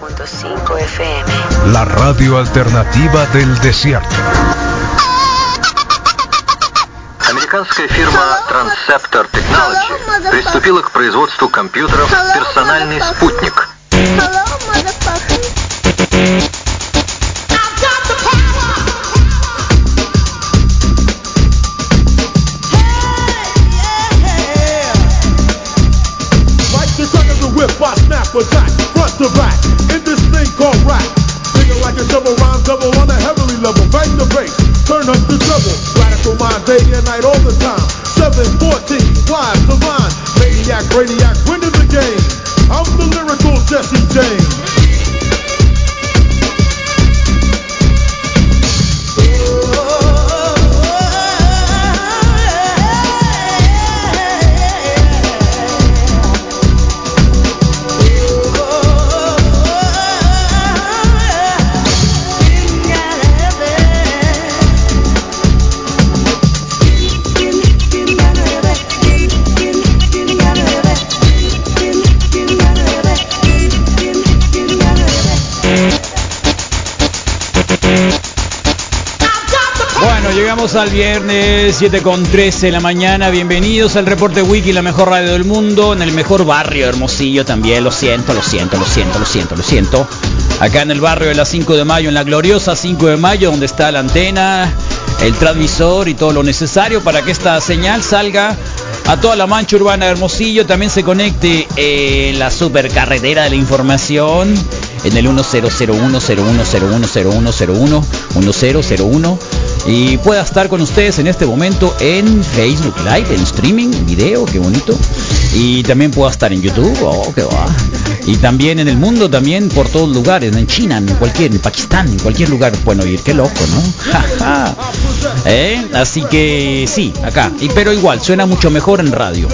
101.5 FM. La radio alternativa del desierto. Американская фирма Transceptor Technology приступила к производству компьютеров «Персональный спутник», Hello, motherfucker. Like the suck of the whip, I snap attack, front to back, in this thing called rap. Thinking like a double rhyme, double on a heavily level, bang the bass, turn up the treble. Radical mind, day and night, all the time. 714, live, divine, maniac, radiac, winning the game. I'm the lyrical Jesse James. oh, Bueno, llegamos al viernes 7 con 13 de la mañana. Bienvenidos al reporte Wiki, la mejor radio del mundo, en el mejor barrio, Hermosillo también. Lo siento, lo siento, lo siento, lo siento, lo siento. Acá en el barrio de la 5 de mayo, en la gloriosa 5 de mayo, donde está la antena, el transmisor y todo lo necesario para que esta señal salga a toda la mancha urbana de Hermosillo. También se conecte eh, la supercarretera de la información en el 10010101010101 y pueda estar con ustedes en este momento en Facebook Live, en streaming, video, qué bonito. Y también pueda estar en YouTube, oh, qué va. Y también en el mundo, también por todos lugares, en China, en cualquier, en Pakistán, en cualquier lugar pueden oír, qué loco, ¿no? Ja, ja. ¿Eh? Así que sí, acá. Y, pero igual, suena mucho mejor en radio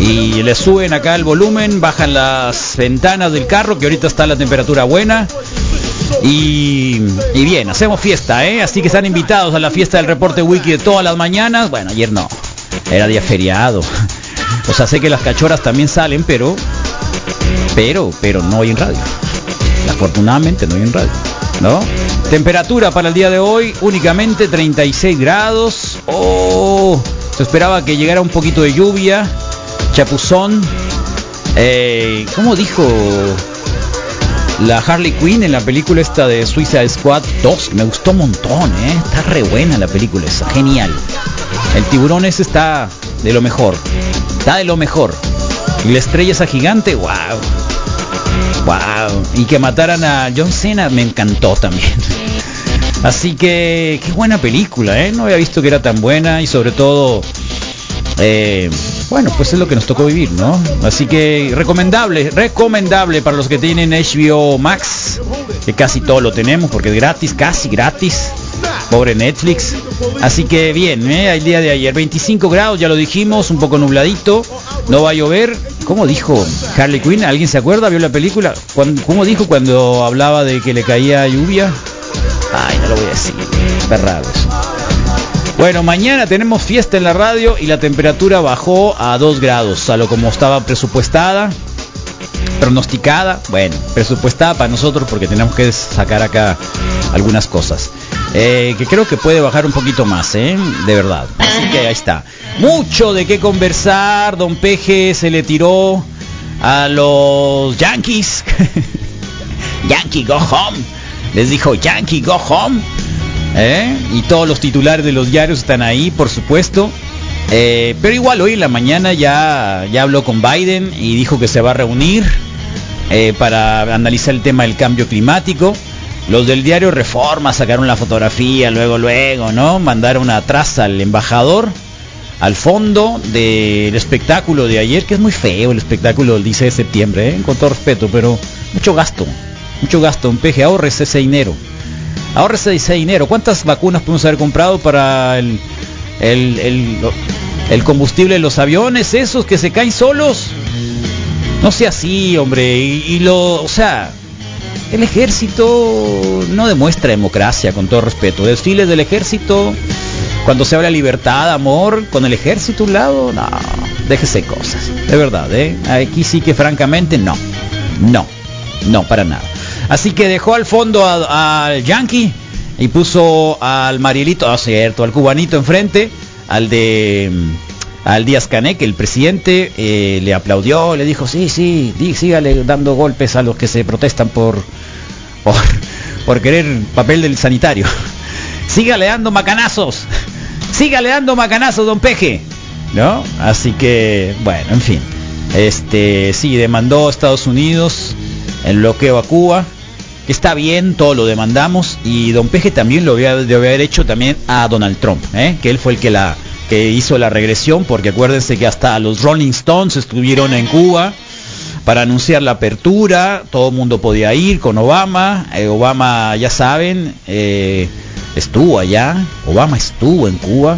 y le suben acá el volumen, bajan las ventanas del carro, que ahorita está la temperatura buena. Y, y bien, hacemos fiesta, ¿eh? Así que están invitados a la fiesta del reporte wiki de todas las mañanas. Bueno, ayer no, era día feriado. O sea, sé que las cachoras también salen, pero, pero, pero no hay en radio. Afortunadamente no hay en radio, ¿no? Temperatura para el día de hoy únicamente 36 grados. Oh, se esperaba que llegara un poquito de lluvia. Chapuzón. Eh, ¿Cómo dijo la Harley Quinn en la película esta de Suiza Squad 2? Me gustó un montón, ¿eh? Está re buena la película esa, genial. El tiburón ese está de lo mejor. Está de lo mejor. Y la estrella esa gigante, wow. Wow. Y que mataran a John Cena me encantó también. Así que qué buena película, ¿eh? No había visto que era tan buena y sobre todo eh, bueno, pues es lo que nos tocó vivir, ¿no? Así que recomendable, recomendable para los que tienen HBO Max, que casi todo lo tenemos porque es gratis, casi gratis. Pobre Netflix. Así que bien, ¿eh? el día de ayer 25 grados, ya lo dijimos, un poco nubladito, no va a llover. ¿Cómo dijo Harley Quinn? ¿Alguien se acuerda? ¿Vio la película? ¿Cuán- ¿Cómo dijo cuando hablaba de que le caía lluvia? Ay, no lo voy a decir. Perrados. Bueno, mañana tenemos fiesta en la radio y la temperatura bajó a 2 grados, a lo como estaba presupuestada, pronosticada, bueno, presupuestada para nosotros porque tenemos que sacar acá algunas cosas. Eh, que creo que puede bajar un poquito más, ¿eh? De verdad. Así que ahí está. Mucho de qué conversar. Don Peje se le tiró a los Yankees. Yankee go home. Les dijo Yankee go home. ¿Eh? Y todos los titulares de los diarios están ahí, por supuesto. Eh, pero igual hoy en la mañana ya, ya habló con Biden y dijo que se va a reunir eh, para analizar el tema del cambio climático. Los del diario Reforma sacaron la fotografía, luego, luego, ¿no? Mandaron atrás al embajador al fondo del espectáculo de ayer, que es muy feo el espectáculo del 16 de septiembre, ¿eh? con todo respeto, pero mucho gasto, mucho gasto, un peje, ahorres ese dinero, ahorres ese dinero, ¿cuántas vacunas podemos haber comprado para el, el, el- lo- el combustible de los aviones, esos que se caen solos? No sea así, hombre, y, y lo, o sea, el ejército no demuestra democracia, con todo respeto. Desfiles del ejército, cuando se habla libertad, amor, con el ejército a un lado, no, déjese cosas. De verdad, ¿eh? Aquí sí que francamente no. No. No, para nada. Así que dejó al fondo a- al Yankee y puso al Marielito, ah, cierto, al cubanito enfrente, al de mm, al Díaz Canek, el presidente, eh, le aplaudió, le dijo, sí, sí, di- sígale dando golpes a los que se protestan por, por, por querer papel del sanitario. Sígale dando macanazos. Sígale dando macanazos, don Peje. ¿No? Así que, bueno, en fin. Este, sí, demandó a Estados Unidos el bloqueo a Cuba. Que está bien, todo lo demandamos. Y don Peje también lo había, debe haber hecho también a Donald Trump, ¿eh? que él fue el que la que hizo la regresión, porque acuérdense que hasta los Rolling Stones estuvieron en Cuba para anunciar la apertura, todo el mundo podía ir con Obama, eh, Obama ya saben, eh, estuvo allá, Obama estuvo en Cuba,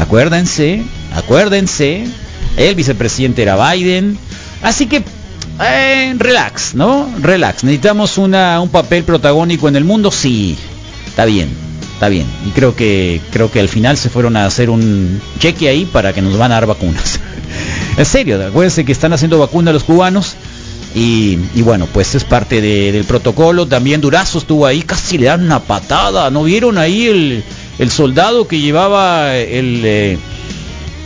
acuérdense, acuérdense, el vicepresidente era Biden, así que eh, relax, ¿no? Relax, necesitamos una, un papel protagónico en el mundo, sí, está bien. Está bien, y creo que creo que al final se fueron a hacer un cheque ahí para que nos van a dar vacunas. En serio, acuérdense que están haciendo vacuna a los cubanos. Y, y bueno, pues es parte de- del protocolo. También Durazo estuvo ahí, casi le dan una patada. ¿No vieron ahí el, el soldado que llevaba el, eh,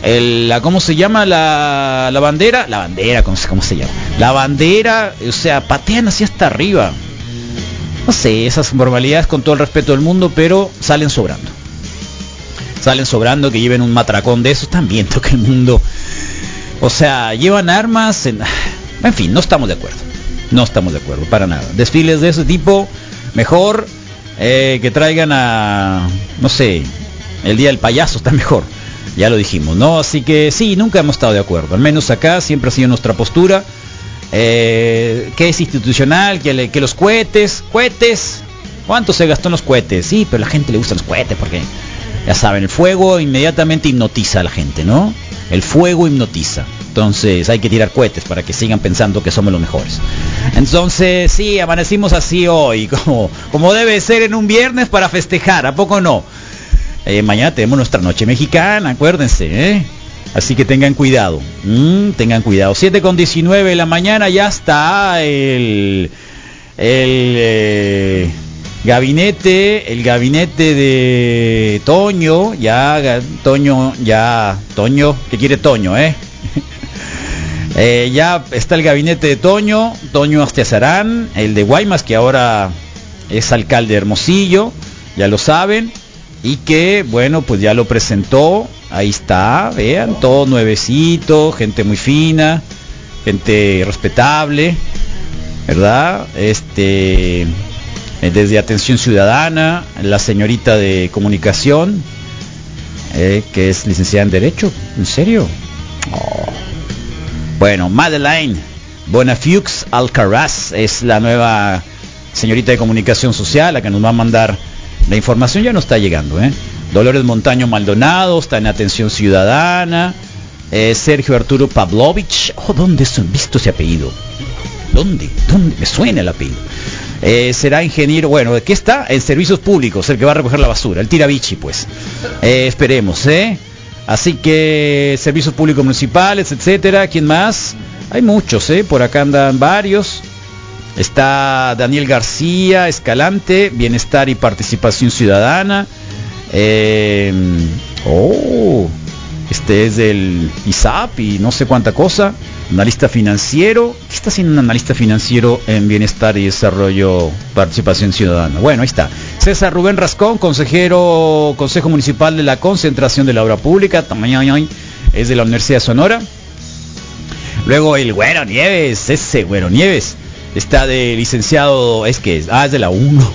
el- la, ¿cómo se llama? La, la bandera. La bandera, ¿cómo se, ¿cómo se llama? La bandera, o sea, patean así hasta arriba. No sé, esas formalidades con todo el respeto del mundo, pero salen sobrando. Salen sobrando que lleven un matracón de esos. Están viendo que el mundo o sea, llevan armas. En... en fin, no estamos de acuerdo. No estamos de acuerdo, para nada. Desfiles de ese tipo, mejor eh, que traigan a, no sé, el Día del Payaso está mejor. Ya lo dijimos, ¿no? Así que sí, nunca hemos estado de acuerdo. Al menos acá siempre ha sido nuestra postura. eh, que es institucional, que, le- que los cohetes, cohetes. ¿Cuánto se gastó en los cohetes? Sí, pero a la gente le gustan los cohetes porque ya saben, el fuego inmediatamente hipnotiza a la gente, ¿no? El fuego hipnotiza. Entonces hay que tirar cohetes para que sigan pensando que somos los mejores. Entonces sí, amanecimos así hoy, como, como debe ser en un viernes para festejar, ¿a poco no? Eh, mañana tenemos nuestra noche mexicana, acuérdense, ¿eh? Así que tengan cuidado, mm, tengan cuidado. 7 con 19 de la mañana ya está el, el eh, gabinete, el gabinete de Toño, ya ga- Toño, ya Toño, que quiere Toño, ¿eh? Eh, ya está el gabinete de Toño, Toño Astiazarán, el de Guaymas, que ahora es alcalde de Hermosillo, ya lo saben, y que, bueno, pues ya lo presentó, ahí está, vean, todo nuevecito, gente muy fina, gente respetable, ¿verdad? Este, eh, desde Atención Ciudadana, la señorita de Comunicación, eh, que es licenciada en Derecho, ¿en serio? Oh. Bueno, Madeleine Bonafux Alcaraz es la nueva señorita de comunicación social, la que nos va a mandar la información, ya no está llegando, ¿eh? Dolores Montaño Maldonado está en Atención Ciudadana, eh, Sergio Arturo Pavlovich, oh, ¿dónde son visto ese apellido? ¿Dónde? ¿Dónde? Me suena el apellido. Eh, será ingeniero, bueno, ¿de ¿qué está? En servicios públicos, el que va a recoger la basura, el tirabichi, pues. Eh, esperemos, ¿eh? Así que servicios públicos municipales, etcétera. ¿Quién más? Hay muchos, ¿eh? Por acá andan varios. Está Daniel García, Escalante, Bienestar y Participación Ciudadana. Eh, oh, este es del ISAP y no sé cuánta cosa. Analista financiero. ¿Qué está haciendo un analista financiero en Bienestar y Desarrollo Participación Ciudadana? Bueno, ahí está. César Rubén Rascón, consejero, Consejo Municipal de la Concentración de la Obra Pública. tamañoñoy, Es de la Universidad de Sonora. Luego el Güero Nieves, ese Güero Nieves. Está de licenciado, es que, es- ah, es de la 1.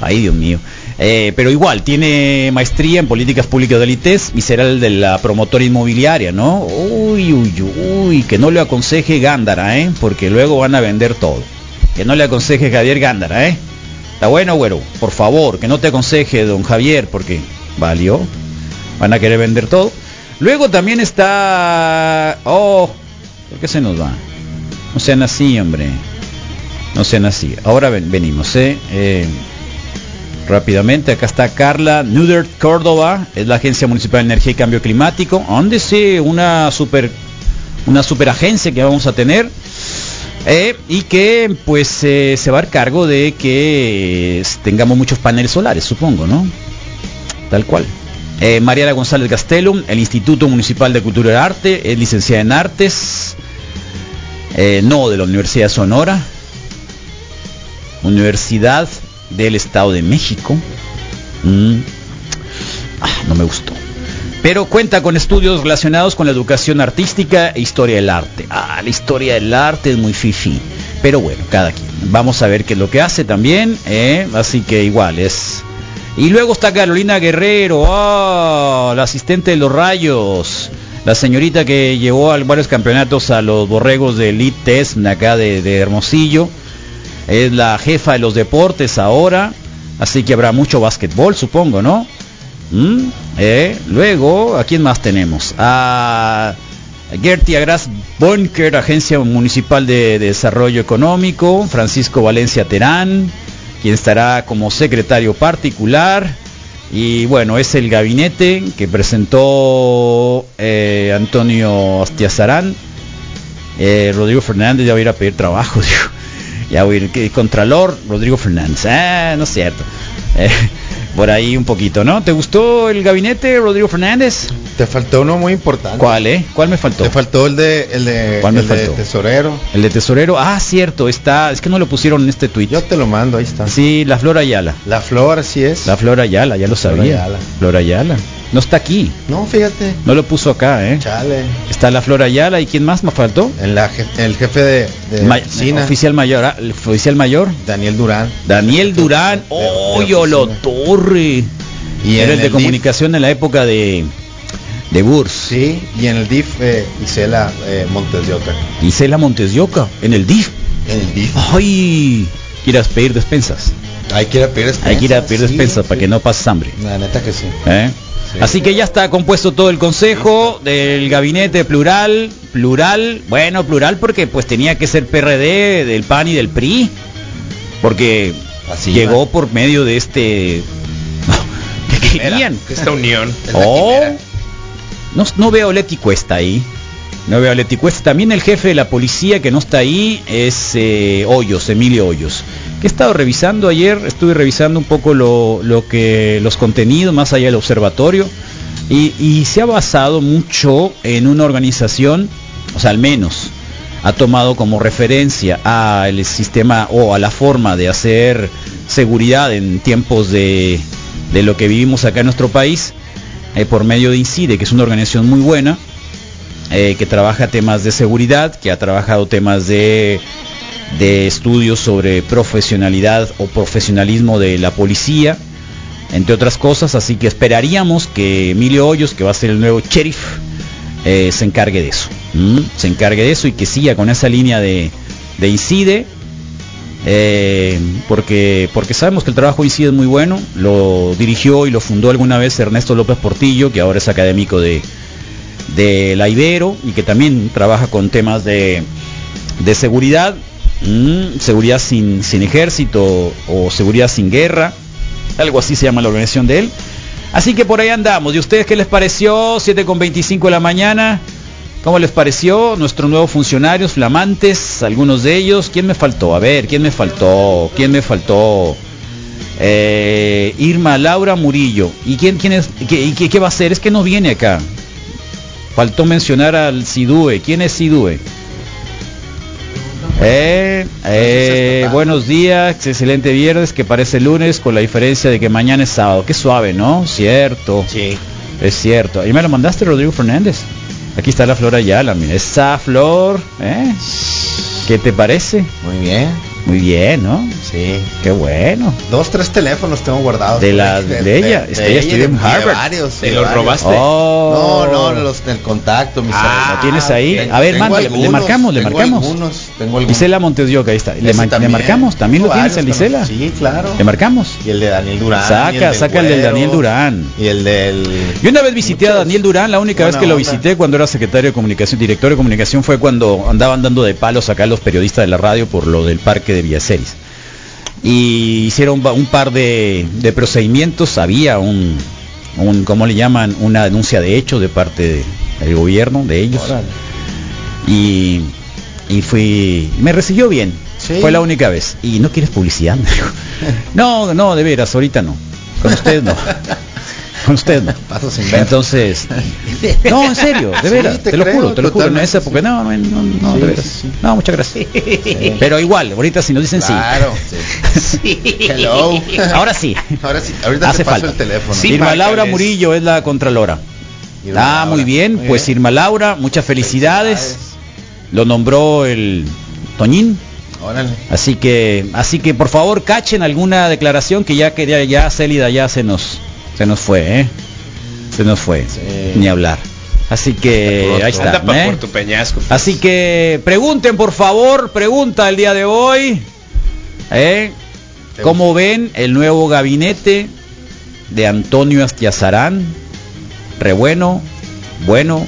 Ay, Dios mío. Eh, pero igual, tiene maestría en políticas públicas del ITES y será el de la promotora inmobiliaria, ¿no? Uy, uy, uy, que no le aconseje Gándara, ¿eh? Porque luego van a vender todo. Que no le aconseje Javier Gándara, ¿eh? Está bueno, güero, por favor, que no te aconseje don Javier, porque valió. Van a querer vender todo. Luego también está... Oh, ¿Por qué se nos va? No sean así, hombre. No sean así. Ahora ven- venimos, ¿eh? Eh, rápidamente, acá está Carla Nudert Córdoba, es la Agencia Municipal de Energía y Cambio Climático. Ándese, una super una superagencia que vamos a tener. Eh, y que pues eh, se va a dar cargo de que eh, tengamos muchos paneles solares, supongo, ¿no? Tal cual. Eh, Mariana González Gastelum, el Instituto Municipal de Cultura y Arte, es licenciada en Artes, eh, no de la Universidad de Sonora, Universidad del Estado de México. Mm. Ah, no me gustó. Pero cuenta con estudios relacionados con la educación artística e historia del arte. Ah, la historia del arte es muy fifi. Pero bueno, cada quien. Vamos a ver qué es lo que hace también. ¿eh? Así que igual es. Y luego está Carolina Guerrero, ah, la asistente de los rayos. La señorita que llevó a varios campeonatos a los borregos de Elite Test acá de, de Hermosillo. Es la jefa de los deportes ahora. Así que habrá mucho básquetbol, supongo, ¿no? ¿Mm? Eh, Luego, ¿a quién más tenemos? A Gertie Agras Bonker, Agencia Municipal de Desarrollo Económico, Francisco Valencia Terán, quien estará como secretario particular. Y bueno, es el gabinete que presentó eh, Antonio Astiazarán. Eh, Rodrigo Fernández ya va a ir a pedir trabajo, digo. Ya voy a ir, que- Contralor, Rodrigo Fernández. Ah, no es cierto. Eh, por ahí un poquito, ¿no? ¿Te gustó el gabinete, Rodrigo Fernández? Te faltó uno muy importante. ¿Cuál, eh? ¿Cuál me faltó? Te faltó el de, el de, ¿Cuál me el de faltó? tesorero. El de tesorero. Ah, cierto, está. Es que no lo pusieron en este tweet. Yo te lo mando, ahí está. Sí, la Flor Ayala. La flor, así es. La Flor Ayala, ya lo Flor sabía. Ayala. Flor Ayala. No está aquí. No, fíjate. No lo puso acá, ¿eh? Chale. Está la Flor Ayala y ¿quién más me faltó? En la je- el jefe de, de Ma- oficina, oficial mayor, ah, el oficial mayor. Daniel Durán. Daniel Durán. de- ¡Oh, de yo lo oficina. torre! Y Era en el de el comunicación en la época de de Burs. Sí, y en el DIF eh, Isela eh, Montes de Oca. Isela Montes de Oca, en el DIF. En el DIF. ¡Ay! Quieras pedir despensas. Ah, Hay que ir a pedir despensas. Hay que ir a pedir sí, despensas para sí. que no pases hambre. La neta que sí. ¿eh? Sí. Así que ya está compuesto todo el consejo del gabinete plural, plural, bueno, plural porque pues tenía que ser PRD, del PAN y del PRI, porque Así llegó va. por medio de este... ¿Qué querían? Esta unión. Es la Oh, quimera. no, no veo a Leti Cuesta ahí. No veo a Leti Cuesta. También el jefe de la policía que no está ahí es eh, Hoyos, Emilio Hoyos. Que he estado revisando ayer, estuve revisando un poco lo, lo que los contenidos más allá del observatorio. Y, y se ha basado mucho en una organización, o sea, al menos ha tomado como referencia al sistema o a la forma de hacer seguridad en tiempos de, de lo que vivimos acá en nuestro país, eh, por medio de INCIDE, que es una organización muy buena, eh, que trabaja temas de seguridad, que ha trabajado temas de, de estudios sobre profesionalidad o profesionalismo de la policía, entre otras cosas, así que esperaríamos que Emilio Hoyos, que va a ser el nuevo sheriff, eh, se encargue de eso, ¿m? se encargue de eso y que siga con esa línea de, de INCIDE, eh, porque, porque sabemos que el trabajo en sí es muy bueno, lo dirigió y lo fundó alguna vez Ernesto López Portillo, que ahora es académico de, de la Ibero y que también trabaja con temas de, de seguridad, mm, seguridad sin, sin ejército o seguridad sin guerra, algo así se llama la organización de él. Así que por ahí andamos. ¿Y ustedes qué les pareció? 7 con 25 de la mañana. ¿Cómo les pareció? Nuestros nuevos funcionarios, flamantes, algunos de ellos. ¿Quién me faltó? A ver, ¿quién me faltó? ¿Quién me faltó? Eh, Irma Laura Murillo. ¿Y quién, quién es? ¿Qué- y qué, qué va a hacer? Es que no viene acá. Faltó mencionar al Sidue. ¿Quién es Sidue? Eh, eh, buenos días, excelente viernes que parece lunes con la diferencia de que mañana es sábado. Qué suave, ¿no? Cierto. Sí. Es cierto. Ahí me lo mandaste, Rodrigo Fernández. Aquí está la flor Ayala, mira. Esa flor, ¿eh? ¿Qué te parece? Muy bien. Muy bien, ¿no? Sí. Qué bueno. Dos, tres teléfonos tengo guardados. De la- de ella. Es que ella estudió en y de Harvard. varios, Te de los varios. robaste. Oh. No, no, los del contacto, mis Ah, amigos. ¿lo tienes ahí? Ten- A ver, tengo mándale, le algunos, marcamos, le tengo marcamos. Algunos, tengo algunos. Isela Montes de Oca, ahí está. Le, Ese ma- le marcamos, también lo Tengo tienes el varios, Isela. pero- Sí, claro. Le marcamos. Y el de Daniel Durán. y Saca, del saca el del Güero, Daniel Durán. Y el del. Yo una vez visité a Muchos. Daniel Durán, la única vez Buena que lo onda. visité cuando era secretario de comunicación, director de comunicación, fue cuando andaban dando de palos acá los periodistas de la radio por lo del parque de Villaceris. Y hicieron ba- un par de, de procedimientos, había un, un, ¿cómo le llaman? Una denuncia de hecho de parte de- del gobierno, de ellos. Órale. Y Y fui, me recibió bien. Sí. Fue la única vez. Y no quieres publicidad, me dijo. No, no, de veras, ahorita no. Con usted no. Con usted no. Paso sin ver. Entonces, no, en serio, de Sí, veras, te, te lo creo, juro, te lo juro, en totalmente, esa época, sí. no, no, no, no, Sí, de veras. sí, sí. No, muchas gracias. Pero igual, ahorita si nos dicen Claro. sí. Hello. Ahora sí. Ahora sí, ahorita Hace te paso falta. el teléfono. Sí, Irma márcales. Laura Murillo es la Contralora. Irma ah, Laura. muy bien, Muy pues bien. Irma Laura, muchas felicidades. Lo nombró el Toñín. Órale. Así que, así que por favor cachen alguna declaración que ya quería, ya Célida ya se nos, se nos fue, ¿eh? Se nos fue, Sí. ni hablar. Así que ahí está. Anda pa' ¿eh? por tu peñasco. pues. Así que pregunten por favor, pregunta el día de hoy. ¿eh? ¿Cómo ven el nuevo gabinete de Antonio Astiazarán? Re bueno, bueno,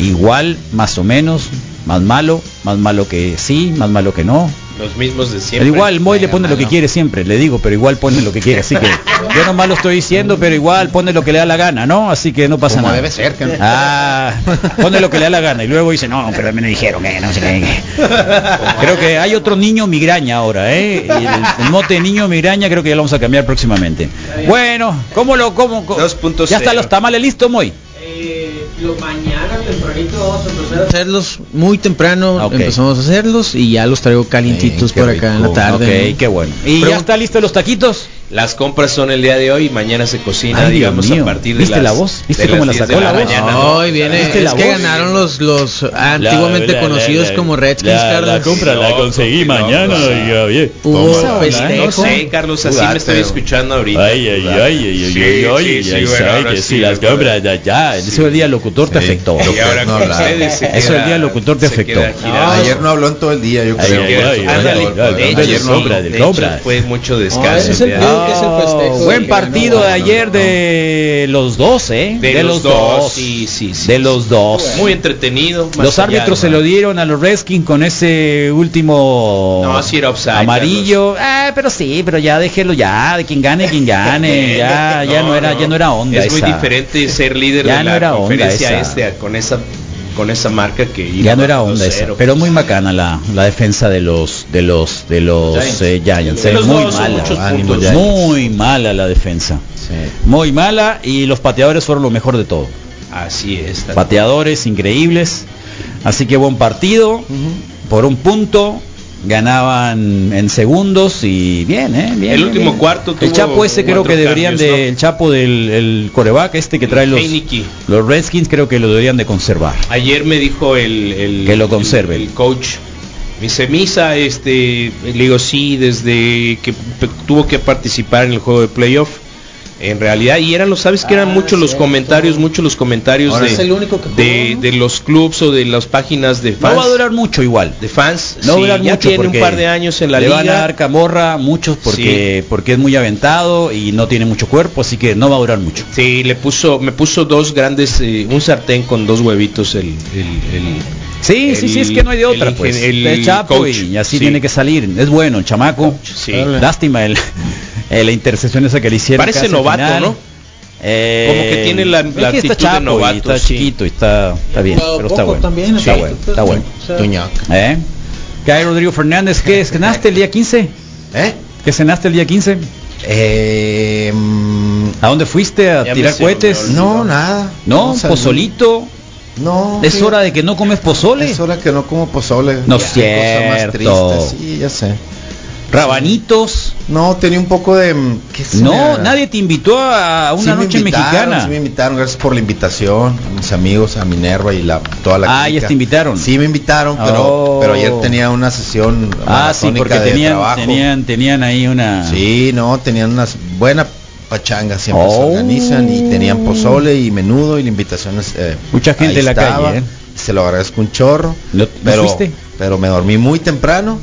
igual, más o menos, más malo, más malo que sí, más malo que no. Los mismos de siempre. Pero igual Moy le Mega pone lo que malo. quiere siempre, le digo, pero igual pone lo que quiere, así que yo nomás lo estoy diciendo, pero igual pone lo que le da la gana, ¿no? Así que no pasa Como nada. debe ser, que no- Ah, pone lo que le da la gana y luego dice, no, pero a mí me dijeron, eh, no sé qué. Creo que hay otro niño migraña ahora, ¿eh? El, el mote niño migraña creo que ya lo vamos a cambiar próximamente. Bueno, ¿cómo lo, cómo? cómo- 2.0. Ya están los tamales listos, Moy. Eh, lo mañana tempranito vamos a empezar a hacerlos muy temprano Ah, ok. empezamos a hacerlos y ya los traigo calientitos Sí, qué por acá en la rico. tarde ok, qué bueno. ¿Y ya Pregun- está listo los taquitos? Las compras son el día de hoy y mañana se cocina, Ay, Dios digamos, mío. a partir de ¿Viste las, la voz? ¿Viste de cómo las la 10 sacó de la voz? mañana, ¿no? ¿no? Hoy viene ¿Viste la es que voz? ganaron los los ah, antiguamente conocidos como Redskins Carlos. la conseguí mañana, oiga, bien. hubo Tómala, festejo No sé, Carlos, así Jugate, me estoy güey. escuchando ahorita. ay, Sí, ay, ay, sí, sí, ay, bueno, ay, ahora que sí, sí, las bueno. compras de allá. Eso el día locutor te Sí. afectó. Y ahora No con hablaba. ustedes se Eso queda- el día locutor te se afectó. queda girado. Ayer no habló en todo el día, yo Ay, creo. ay, ay, Fue Ándale, ay, todo el ay, de programa. hecho, ándale, Ayer no sí, sombra, habló. de de hecho, sombra. Fue mucho descanso. Ah, es el ya. peor que es el festejo. Oh, Buen Sí, partido ganó, de ayer de los dos, ¿eh? De, los dos. Sí, sí, sí. De los dos. Muy entretenido. más Los allá, árbitros se ¿no? lo dieron a los Redskins con ese último No, sí era offside, amarillo. Ah, pero sí, pero ya déjelo ya, de quien gane, quien gane. ya, ya no, era, ya no era onda. Es muy esa. diferente ser líder Ya de no la era onda conferencia esa. este a- con esa con esa marca que iba Ya no era onda 2-0. esa, pero muy macana la, la defensa de los de los de los Giants. eh, Giants, De eh, los muy dos, mala, muchos ánimo, puntos. Giants. muy mala la defensa, Sí. muy mala y los pateadores fueron lo mejor de todo, Así es. tal- pateadores increíbles, así que buen partido, por un punto ganaban en segundos y bien, eh, bien, El bien, último bien. cuarto el tuvo Chapo ese creo cuatro que deberían cambios, de ¿no? el Chapo del el coreback este que El trae los Heineke. los Redskins creo que lo deberían de conservar. Ayer me dijo el, el- Que lo el- conserven. el, coach. Me dice Misa, este, le digo sí, desde que pe- tuvo que participar en el juego de playoff. En realidad, y eran los, sabes que eran Ah, muchos los cierto. comentarios, muchos los comentarios Ahora de, es el único que jugó, de, ¿no? de los clubs o de las páginas de fans. No va a durar mucho igual. de fans. No sí, durar ya mucho tiene un porque par de años en la le liga. van a dar camorra a muchos porque porque es muy aventado y no tiene mucho cuerpo, así que no va a durar mucho. Sí, le puso, me puso dos grandes, eh, un sartén con dos huevitos el, el- el- Sí, sí, El- sí, es que no hay de otra, el- pues. el El chapo coach, y así sí. tiene que salir. Es bueno el chamaco. sí. Lástima el, eh, la intercesión esa que le hicieron. Parece casi al novato, final. ¿no? Eh, Como que tiene la- es la que actitud está de chapo y novato, está sí. chiquito y está, está bien, Jugado pero está poco bueno. también, pues, está sí. bueno, está bueno. O sea, Toñac. ¿Eh? ¿Qué hay, Rodrigo Fernández? ¿Qué cenaste el día 15? ¿Eh? ¿Qué cenaste el día 15? Eh, mm, ¿A dónde fuiste a Ya me tirar se me cohetes? olvidó. no, nada. No, salí. pozolito. No. Es sí. hora de que no comes pozole. Es hora que no como pozole. No Ya, es qué cosa más cierto. triste, Sí, ya sé. Rabanitos. No, tenía un poco de... mm, ¿qué se me No, haga? nadie te invitó a Sí una me noche invitaron, mexicana. Sí me invitaron, gracias por la invitación, a mis amigos, a Minerva y la toda la Ah, clica. ellas te invitaron. Sí me invitaron, pero Oh. pero ayer tenía una sesión Ah, sí, maratónica porque de tenían, trabajo. tenían, tenían ahí una. Sí, no, tenían unas buenas pachangas, siempre se Oh. organizan y tenían pozole y menudo y la invitación es eh, Mucha gente ahí en la estaba. calle, ¿eh? Se lo agradezco un chorro, ¿No- no pero fuiste? pero me dormí muy temprano.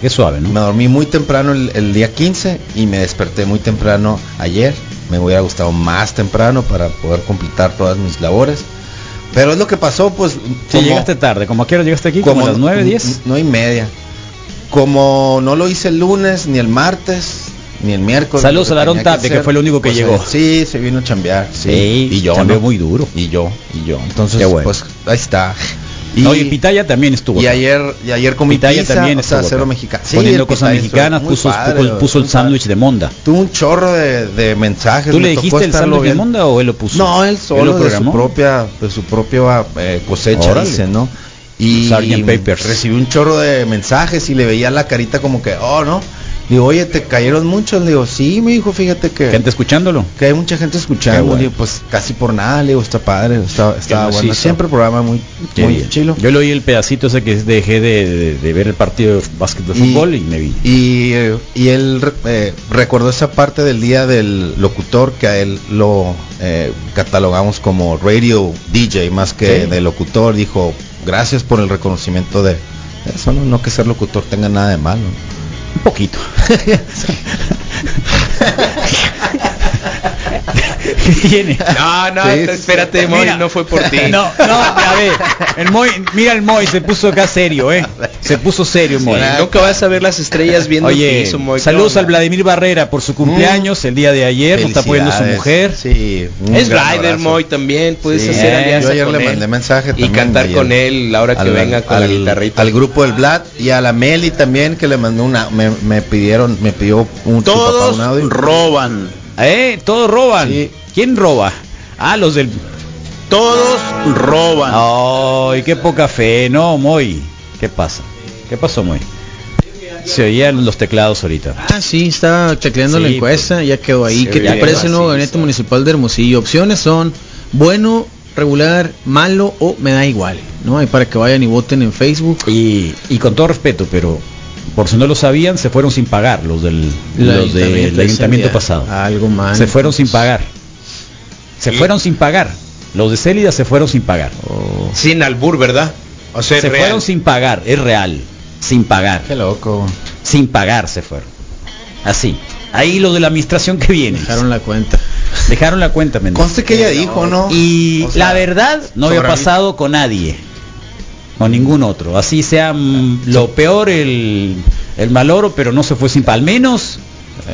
Qué suave, ¿no? Me dormí muy temprano el, el día 15 y me desperté muy temprano ayer. Me hubiera gustado más temprano para poder completar todas mis labores. Pero es lo que pasó, pues... Sí, llegaste tarde. ¿Como a qué hora llegaste aquí? ¿Como a las 9, 10? No y media. Como no lo hice el lunes, ni el martes, ni el miércoles. Saludos lo a Aarón tenía Tate, que hacer, fue el único que pues, llegó. Sí, se vino a chambear. Sí, Sí, y yo. chambeó ¿no? muy duro. Y yo, y yo. Entonces, Qué bueno. pues ahí está. Y- Oye, Pitaya también estuvo. Y acá. ayer, y ayer comí Pitaya pizza, también o sea, estuvo cero acá. mexicano. Poniendo cosas mexicanas, puso, puso- puso el sándwich de monda. Tuvo un chorro de, de mensajes. ¿Tú me le tocó dijiste el estarlo sándwich de viendo. monda o él lo puso? No, él solo lo de su programó? propia, de su propia eh, cosecha, Órale. dice, ¿no? Y Sgt. Pepper's. recibí un chorro de mensajes y le veía la carita como que, oh, ¿no? Digo, oye, ¿te cayeron muchos? Le digo, sí, me dijo, fíjate que... Gente escuchándolo. Que hay mucha gente Qué escuchando, bueno. le digo, pues casi por nada, le digo, está padre, está, está macizo. bueno. Siempre programa muy, Qué muy bien. chilo. Yo le oí el pedacito ese que dejé de, de- de ver el partido de básquet de fútbol y me vi. Y, eh, y él eh, recordó esa parte del día del locutor que a él lo eh, catalogamos como radio DJ más que Sí. de locutor. Dijo, gracias por el reconocimiento de eso, no, no que ser locutor tenga nada de malo. Un poquito. ¿Qué tiene? No, no, Sí, espérate, sí. Moy, Mira. no fue por ti. No, no, ya ve. El Moy, mira el Moy, se puso acá serio, ¿eh? Se puso serio, Moy. Oye, Nunca vas a ver las estrellas viendo el Oye, piso, Moy, ¿qué saludos onda? al Vladimir Barrera por su cumpleaños el día de ayer. Nos está apoyando su Felicidades. mujer. Sí, un Es gran rider, abrazo. Moy, también. Puedes Sí, hacer yo alianza ayer con le él. mandé mensaje Y también cantar ayer. con él la hora que Al- venga con la al- guitarrita. al grupo del Vlad y a la Meli también que le mandó una me, me pidieron me pidió un su papá Todos un audio. roban. ¿Eh? Todos roban. Sí. ¿Quién roba? Ah, los del... Todos roban. Ah. Ay, qué poca fe, no, Moy. ¿Qué pasa? ¿Qué pasó, Moy? Se oían los teclados ahorita. Ah, sí, estaba checleando Sí, la encuesta, ya quedó ahí. pues, se ¿Qué veía te que parece así el nuevo gabinete son. municipal de Hermosillo? Opciones son bueno, regular, malo o me da igual, ¿no? Y para que vayan y voten en Facebook. Y, y con todo respeto, pero por si no lo sabían, se fueron sin pagar los del La los del ayuntamiento, ayuntamiento ese pasado. día, Algo mal. se fueron sin entonces. pagar. Se fueron sin pagar. Los de Célida se fueron sin pagar. Oh. pues, Sin albur, ¿verdad? O sea, se real. fueron sin pagar, es real. Sin pagar. Qué loco. Sin pagar se fueron. Así. Ahí los de la administración que viene. Dejaron la cuenta. Dejaron la cuenta, Mendoza. Conste que ella dijo, ¿no? Y O sea, la verdad no había sobra- pasado con nadie, con ningún otro. Así sea mm, lo peor el, el maloro, pero no se fue sin pa- al menos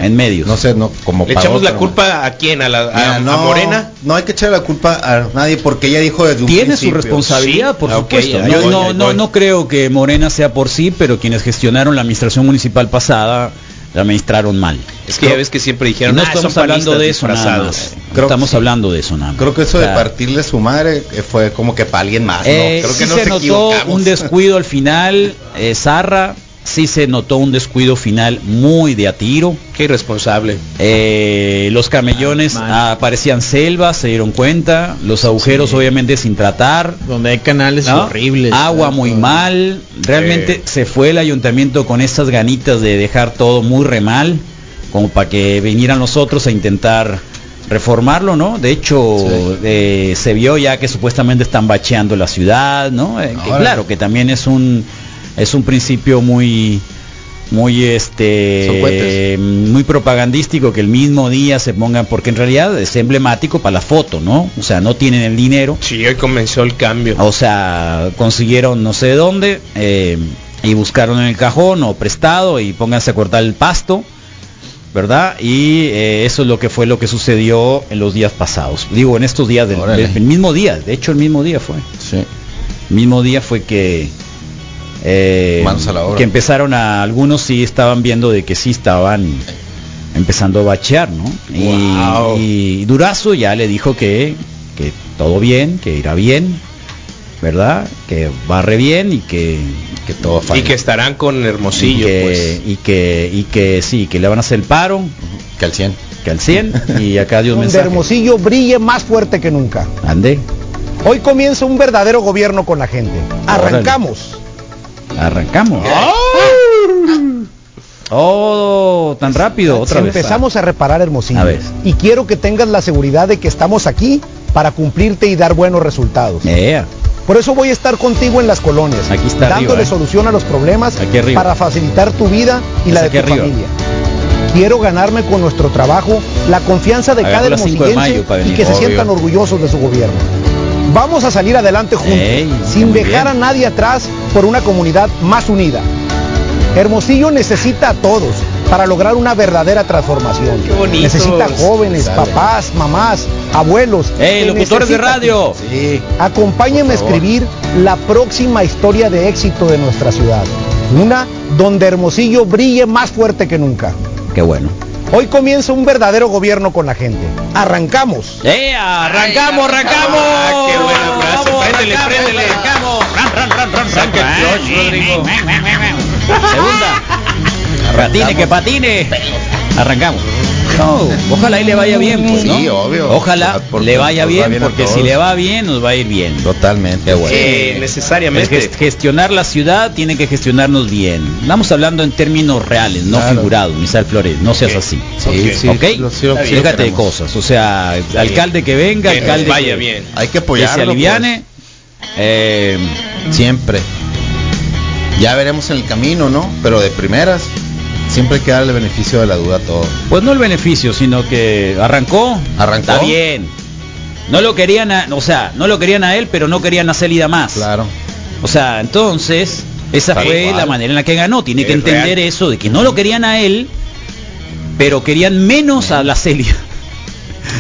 en medios. No sé, no, como ¿Le para echamos otro, la culpa a quién? ¿A, la, a- Mira, a no, Morena? No hay que echar la culpa a nadie porque ella dijo desde un Tiene su principio. responsabilidad, por Ah, ok, supuesto. ahí No, voy, no, ahí no, voy. no creo que Morena sea por sí, pero quienes gestionaron la administración municipal pasada la administraron mal. Es que ya ves que siempre Y dijeron, no "Ah, estamos son hablando panistas de eso nada disfrazados". más. No Creo que estamos sí. hablando de eso nada más. Creo que eso O sea, de partirle su madre eh, fue como que para alguien más, Eh, ¿no? Creo sí que no se notó equivocamos. un descuido al final, eh, Zarra, sí se notó un descuido final muy de a tiro. Qué irresponsable. Eh, los camellones Ah, mal. ah, parecían selvas, se dieron cuenta. Los agujeros obviamente sin tratar. Donde hay canales ¿no? horribles. Agua ¿no? muy mal. Realmente Sí. se fue el ayuntamiento con estas ganitas de dejar todo muy remal, como para que vinieran los otros a intentar reformarlo, ¿no? De hecho, eh, se vio ya que supuestamente están bacheando la ciudad, ¿no? Eh, que Órale. claro, que también es un es un principio muy muy Son este cohetes. muy propagandístico que el mismo día se pongan porque en realidad es emblemático para la foto, ¿no? O sea, no tienen el dinero, Sí, hoy comenzó el cambio. o sea, consiguieron no sé dónde eh, y buscaron en el cajón o prestado y pónganse a cortar el pasto, ¿verdad? Y eh, eso es lo que fue lo que sucedió en los días pasados. Digo, en estos días del, Órale. del- el mismo día, de hecho el mismo día fue. Sí. El mismo día fue que eh, Manos a la obra. que empezaron a algunos sí estaban viendo de que sí estaban empezando a bachear, ¿no? Y- Wow. Y, Durazo ya le dijo que, que todo bien, que irá bien, ¿verdad? Que barre bien y que, Que todo falla. y que estarán con y Hermosillo, que, pues. y que y que sí, que le van a hacer el paro, Que al 100. que al 100 y acá dio un Donde mensaje. Hermosillo brille más fuerte que nunca. Ande, Hoy comienza un verdadero gobierno con la gente. Arrancamos. arrancamos. ¡Ah! Oh, tan rápido, otra vez. Empezamos a reparar Hermosillo. A ver. Y quiero que tengas la seguridad de que estamos aquí para cumplirte y dar buenos resultados. Eh. Por eso voy a estar contigo en las colonias, Aquí está dándole arriba, ¿eh? solución a los problemas Aquí arriba. para facilitar tu vida y Es la de aquí tu arriba. familia. pues. Quiero ganarme con nuestro trabajo la confianza de Agarro cada las cinco de hermosillense mayo para y venir, que se obvio. sientan orgullosos de su gobierno. Vamos a salir adelante juntos, Ey, sin muy dejar bien. a nadie atrás por una comunidad más unida. Hermosillo necesita a todos, para lograr una verdadera transformación. bonito. Necesita jóvenes, papás, mamás, abuelos. ¡Ey, que locutores de necesitan- radio! Sí. Acompáñenme a Por favor. escribir la próxima historia de éxito de nuestra ciudad. Una donde Hermosillo brille más fuerte que nunca. Qué bueno. Hoy comienza un verdadero gobierno con la gente. Arrancamos. ¡Eh! ¡Arrancamos, arrancamos! Ah, qué buena frase. Vamos, Préndele, arrancamos, préndele. arrancamos. Ran, ran, ran, ran, Saca el ran. clutch, Rodrigo. Segunda. Patine, que patine. Arrancamos. No, ojalá y le vaya bien, pues, ¿no? Sí, obvio. Ojalá Porque le vaya nos va bien, bien a porque todos. si le va bien, nos va a ir bien. Totalmente. Qué bueno. Eh, El necesariamente. Pues, gest- gestionar la ciudad tiene que gestionarnos bien. Estamos hablando en términos reales, no Claro. figurados, Misal Flores, no seas Ok. así. Sí, sí, ¿Ok? lo- sí lo Déjate de queremos. cosas. O sea, alcalde que venga, Que nos alcalde vaya que, bien. Hay que que apoyarlo. se pues. Mm. aliviane. Eh, Siempre. Ya veremos en el camino, ¿no? Pero de primeras, siempre hay que darle beneficio de la duda a todo. pues no el beneficio, sino que arrancó. Arrancó. Está bien. No lo querían, a- o sea, no lo querían a él, pero no querían a Celida más. Claro. O sea, entonces, esa Tal fue cual. la manera en la que ganó. Tiene que Es entender real. eso, de que no lo querían a él, pero querían menos a la Celia.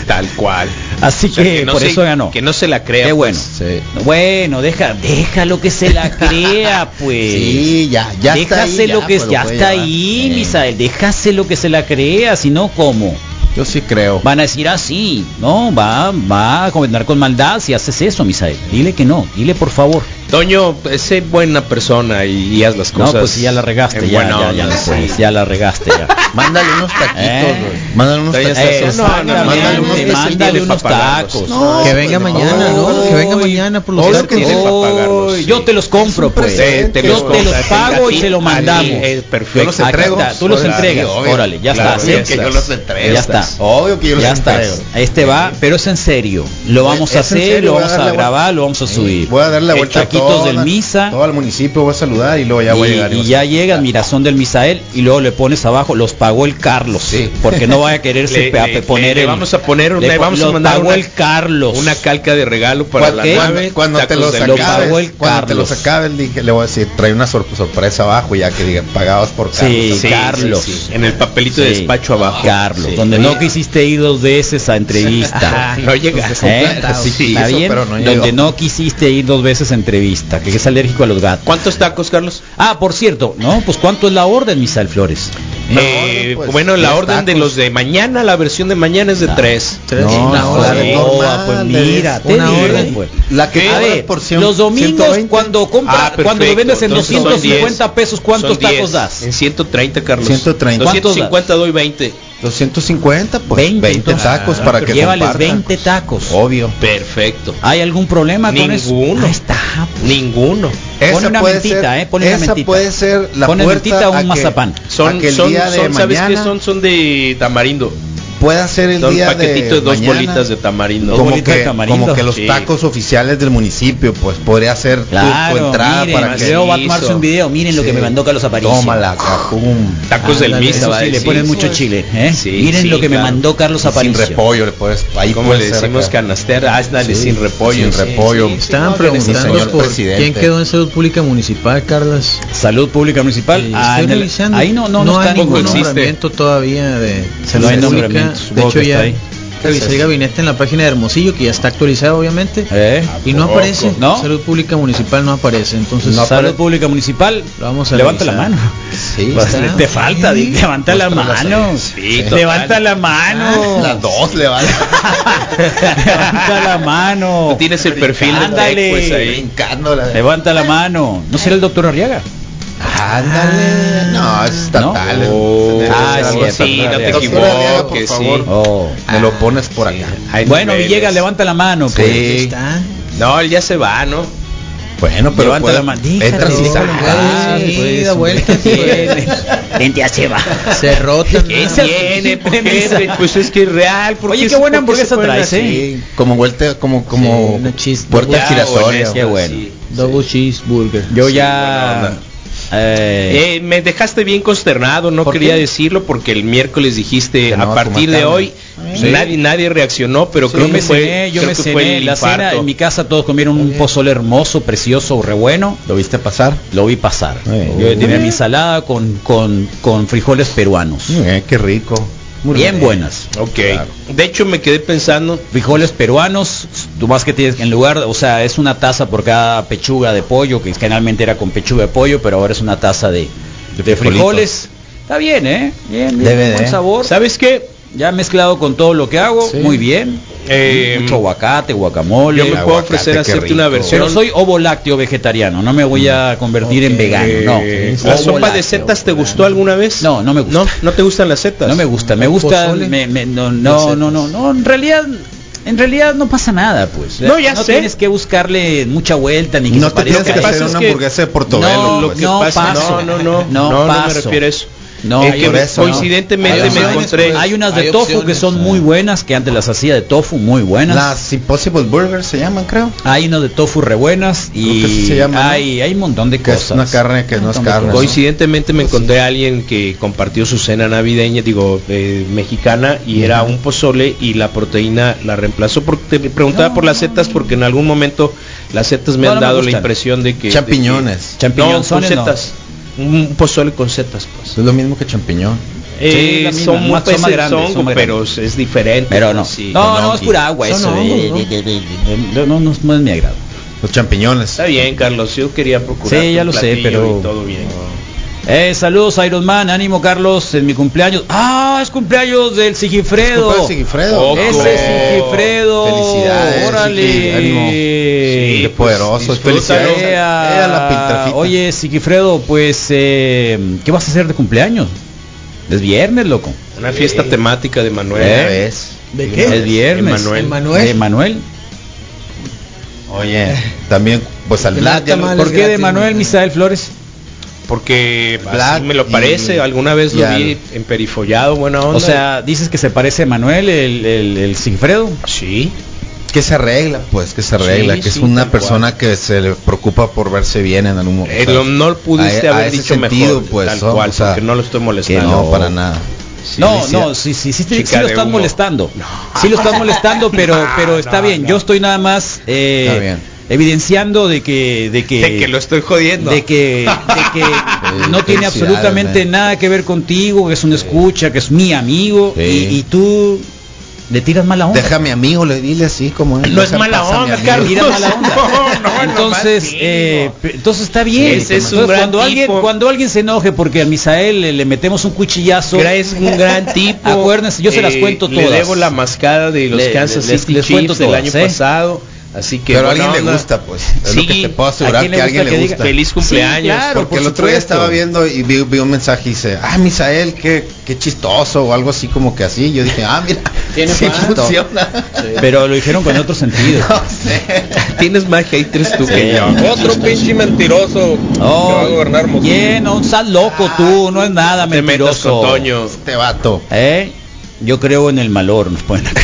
Tal cual. Así O sea, que, que no por se- eso ganó. que no se la crea, Qué pues. bueno. Bueno, deja, déjalo que se la crea, pues. Sí, ya, ya está ahí. Déjaselo que pues, ya lo puede está llevar. ahí, Sí. Misael. Déjaselo que se la crea, si no, ¿cómo? Yo sí creo. Van a decir así, no, va, va a comentar con maldad si haces eso, Misael. Dile que no, dile por favor. Toño, eh, sé buena persona y, y haz las cosas. no, pues si ya la regaste, en ya, buena ya, onda, ya, no sí. puedes, ya la regaste. Ya. Mándale unos taquitos, Eh. güey. Mándale unos Todavía taquitos. Eh, estás asustado, no, ¿no? mándale unos- Es el mándale día de unos papagarlos. tacos. No, que venga pues, mañana, no. ¿no? Que venga mañana por los Obvio tacos. que tiene no. para pagarlos, Ay, sí. Yo te los compro, pues. Te- te yo los te los compras, pago sí, y sí, se lo sí, mandamos. es perfecto. Yo los Aquí entrego. está, tú los Órale, entregas. sí, obvio. Órale, ya Claro, está. obvio ya que está. yo los entrego. Ya está. Obvio que yo los Ya está. entrego. Este va, pero es en serio. Lo vamos a Es en hacer, serio, lo voy a vamos a darle vuelta. grabar, lo vamos a subir. Voy a darle la El vuelta a Taquitos toda- del Misa. Todo el municipio voy a saludar y luego ya voy a y, llegar. y voy a ya saludar. llega Mirazón del Misael y luego le pones abajo, los pagó el Carlos. Sí. Porque no vaya a querer Le- se pe- a le- poner le el- vamos a poner una- le le po- vamos a lo mandar pagó una- el Carlos. Una calca de regalo para ¿Cuál la qué? nave. Cuando te tacos los de lo alcalde. pagó acabes, el cuando te los Carlos. acabes, dije, le voy a decir, trae una sor- sorpresa abajo ya que diga, pagados por Carlos. Sí, Sí, Carlos. sí, sí. En el papelito de Sí. despacho abajo. Carlos, Sí. donde no quisiste ir dos veces a entrevista. No llegaste. ¿Eh? Sí, ¿Está eso, bien? pero no donde llegó. no quisiste ir dos veces a entrevista, que es alérgico a los gatos. ¿Cuántos tacos, Carlos? Ah, por cierto, no, pues ¿cuánto es la orden, Misael Flores? Una Eh, orden, pues, bueno, la diez orden de tacos. los de mañana, la versión de mañana es de tres. Tres. No, Una no, hora. la de normal, pues de- mira, te una digo, orden. pues. La que a cobras ver, por cien- los domingos 120. cuando compras, Ah, perfecto. cuando lo vendes en Entonces son 250 diez. pesos, ¿cuántos Son diez. tacos das? En 130, Carlos. 130. ¿Cuántos 250 doy 20. 250, pues 20, 20, entonces. tacos para que Ah, Llévales compartan. Oh. 20 tacos. Obvio. Perfecto. ¿Hay algún problema con eso? Ninguno. Ahí está. Ninguno. Pone una mentita, eh, pone una esa mentita. puede ser la Pone puerta mentita o un a que- mazapán. a Son, que el son, día de son- ¿sabes qué mañana son? Son de tamarindo. pueda ser el Son día paquetitos de de dos mañana, bolitas de tamarindo. Dos como bolitas de que, tamarindo. como que los Sí. tacos oficiales del municipio, pues podría ser tu- tu, Claro, entrada miren, para que Leo va a tomarse un video, miren lo que Sí. me mandó Carlos Aparicio. Tómala, capum. Tacos del Ándale, misa. eso va a sí, le decir. ponen mucho chile, ¿eh? Sí, miren sí, lo que me claro. mandó Carlos Sin Aparicio. repollo, le puedes ahí Como puede le ser decimos acá. canastera, ándale Sí, sin repollo. sin Sí, repollo. sí, sí. Estaban preguntando señor por presidente. quién quedó en salud pública municipal, Carlos. Salud pública municipal. Eh, ah, estoy en el- revisando. ahí no, no, no, hay está ningún existe. nombramiento todavía de No salud hay pública. nombramiento, De supongo hecho que está ya ahí. revisé el gabinete en la página de Hermosillo que ya está actualizado obviamente ¿Eh? Ah, y no poco? aparece. ¿No? Salud pública municipal no aparece, pues entonces Salud pública municipal. Lo vamos a Levanta la revisar. mano. Sí, Pues, está. te falta, di- levanta la Muestra las mano. orejas. Sí, total. Levanta la mano. las dos le vale. Levanta la mano. Tú tienes el perfil de Ándale. tech, pues, ahí. Brincándola. Levanta la mano. ¿No será el doctor Arriaga? Ándale. No, Oh. es estatal. ¿No? Debe ser Ah, algo es cierto, estatal. Sí, no te Doctor Arriaga, por equivoques. sí. favor. Oh. Me lo pones por acá. Hay Bueno, niveles. Villegas, levanta la mano. Pues. Sí. está. No, él ya se va, ¿no? Bueno, pero Levanta puede- la mano. entras y Déjalo, sales. Ah, Sí, pues, da vuelta, hombre. sí. Vente a Seba. Se rota. Es ¿no? el- Tiene, Siempre ¿por qué, me Henry? sa- Pues es que es real. ¿por Oye, qué qué se- buena por qué hamburguesa se ponen traes, así? ¿eh? Sí, Como vuelta, como, como Sí, una chis- puerta Ya, giratoria. honesto, Qué bueno. sí. Double cheeseburger. Yo Sí, buena ya onda. Eh, me dejaste bien consternado, no quería decirlo porque el miércoles dijiste Que no, a partir de como hoy Sí. nadie, nadie reaccionó, pero creo yo que me fue, cené, yo creo me que fue cené. el La cena infarto. en mi casa todos comieron un pozole hermoso, precioso, re bueno. ¿Lo viste pasar? Lo vi pasar. bien. Yo tenía Muy mi ensalada con, con, con frijoles peruanos. Eh, qué rico. Muy bien buenas. Ok. De hecho me quedé pensando Frijoles peruanos, tú más que tienes en lugar, o sea, es una taza por cada pechuga de pollo, que generalmente era con pechuga de pollo, pero ahora es una taza de, de frijoles. Está bien, ¿eh? Bien, bien, Debe buen de. sabor. ¿Sabes qué? Ya mezclado con todo lo que hago, muy bien. Eh, Mucho aguacate, guacamole. yo me puedo aguacate, ofrecer qué a hacerte rico. una versión. Pero soy ovo lácteo vegetariano, no me voy a convertir en vegano, no. Eh, ¿La sopa de setas te gustó alguna vez? No, no me gusta. No, no te gustan las setas. No me gusta, me gusta, pozole? me- me- no, no, no, pues. no, no, en realidad, en realidad no pasa nada, pues. No, ya sé. tienes que buscarle mucha vuelta ni que No se te tienes parezca que a eso. hacer es una que- hamburguesa de No, portobelo. lo pues. que no pasa- paso. no, no, no, No no, no me paso. refiero a eso. No, Eh, hay que por eso, ¿no? coincidentemente Hay me opciones, encontré. pues. hay unas de Hay tofu que opciones, son ah. muy buenas, que antes las hacía de tofu muy buenas. eh. Las Impossible Burgers se llaman, creo. Hay unas de tofu re buenas Creo que y así se llama, ¿no? hay, hay un montón de Que cosas. eh, es una carne que no es carne. ¿no? Coincidentemente Pues me encontré a alguien que compartió su cena navideña, digo, eh, mexicana, y era un pozole y la proteína la reemplazó. Porque te preguntaba por las setas, porque en algún momento las setas me No, han no me dado la gustan. impresión de que... Champiñones. de que- no, con Champiñonzones, no. setas. Un pozole con setas, pues. Es lo mismo que champiñón. Eh, la misma, son muy más- son más peces, grandes, son, son más pero es diferente. pues, Pero no. sí. no, no, es pura agua eso. de- de- de- de- de- No, no, no es mi agrado. Los champiñones. Está bien, Carlos, yo quería procurar Sí, ya tu lo sé, platillo pero- y todo bien. Eh, saludos Iron Man, ánimo Carlos, en mi cumpleaños. Ah, es cumpleaños del Sigifredo. Compadre Sigifredo. Ojo. Ese es Sigifredo. Felicidades, Sigi, Órale. ánimo. Sí, Qué pues, poderoso. disfrútalo. Felicidades. Eh, a la Ea. piltrafita. Oye, Sigifredo, pues, eh, ¿qué vas a hacer de cumpleaños? Es viernes, loco. Una fiesta temática de Manuel. ¿Eh? Ya ves. ¿De Es qué? viernes. Emanuel. Emanuel. De Manuel. Oye, también, pues al Las Vlad ya lo- tamales ¿Por qué de gratis, Manuel ¿no? Misael Flores? Porque Black así me lo y- parece, alguna vez lo y vi al- emperifollado, buena onda. O sea, dices que se parece a Manuel, el, el, el Sigifredo. sí. que se arregla, pues que se arregla, Sí, que es sí, una tal cual. persona que se le preocupa por verse bien en algún momento. Eh, lo- no lo pudiste e- A- a haber ese dicho sentido, mejor, pues, tal son, cual, o sea, porque no lo estoy que molestando. no, para nada. no, sí, no, sí. sí, sí, sí, te- Chica sí lo de estás humo. molestando. Sí lo estás molestando, pero, pero está bien. Yo estoy nada más eh, Está bien. evidenciando de que, de que, De que lo estoy jodiendo. de que, de que no tiene felicidades, absolutamente man. nada que ver contigo, que es un escucha, que es mi amigo Sí. y, y tú le tiras mala onda. Déjame amigo, le dile así como es. No es Deja mala paz a mi onda, amigo. Le Carlos. tiras mala onda. No, no, entonces, nomás eh, pe- entonces está bien. Ese es un Entonces, gran cuando alguien, tipo. cuando alguien se enoje porque a Misael le, le metemos un cuchillazo, Gra- es un gran tipo. Acuérdense, yo se las cuento Eh, Le todas. debo la mascada de los Le- Kansas les- City les cuento Chiefs del todas, año ¿eh? pasado. Así que Pero a buena alguien le onda. gusta, pues. Es lo Sí, que te puedo ¿a asegurar quién que a le alguien le gusta que gusta. diga? Feliz Sí, cumpleaños. claro, Porque por el otro día supuesto. estaba viendo y vi, vi un mensaje y dice, ah, Misael, qué, qué chistoso o algo así como que así. Yo dije, ah, mira, Tiene sí fan. funciona. pero lo dijeron con otro sentido. No sé. eh. Tienes más haters tú que yo. Otro pinche mentiroso que va a gobernar Moscú. Oh, bien, no estás loco tú, no es nada Te metas mentiroso. con Toño. Este vato. ¿Eh? Yo creo en el malor, nos pueden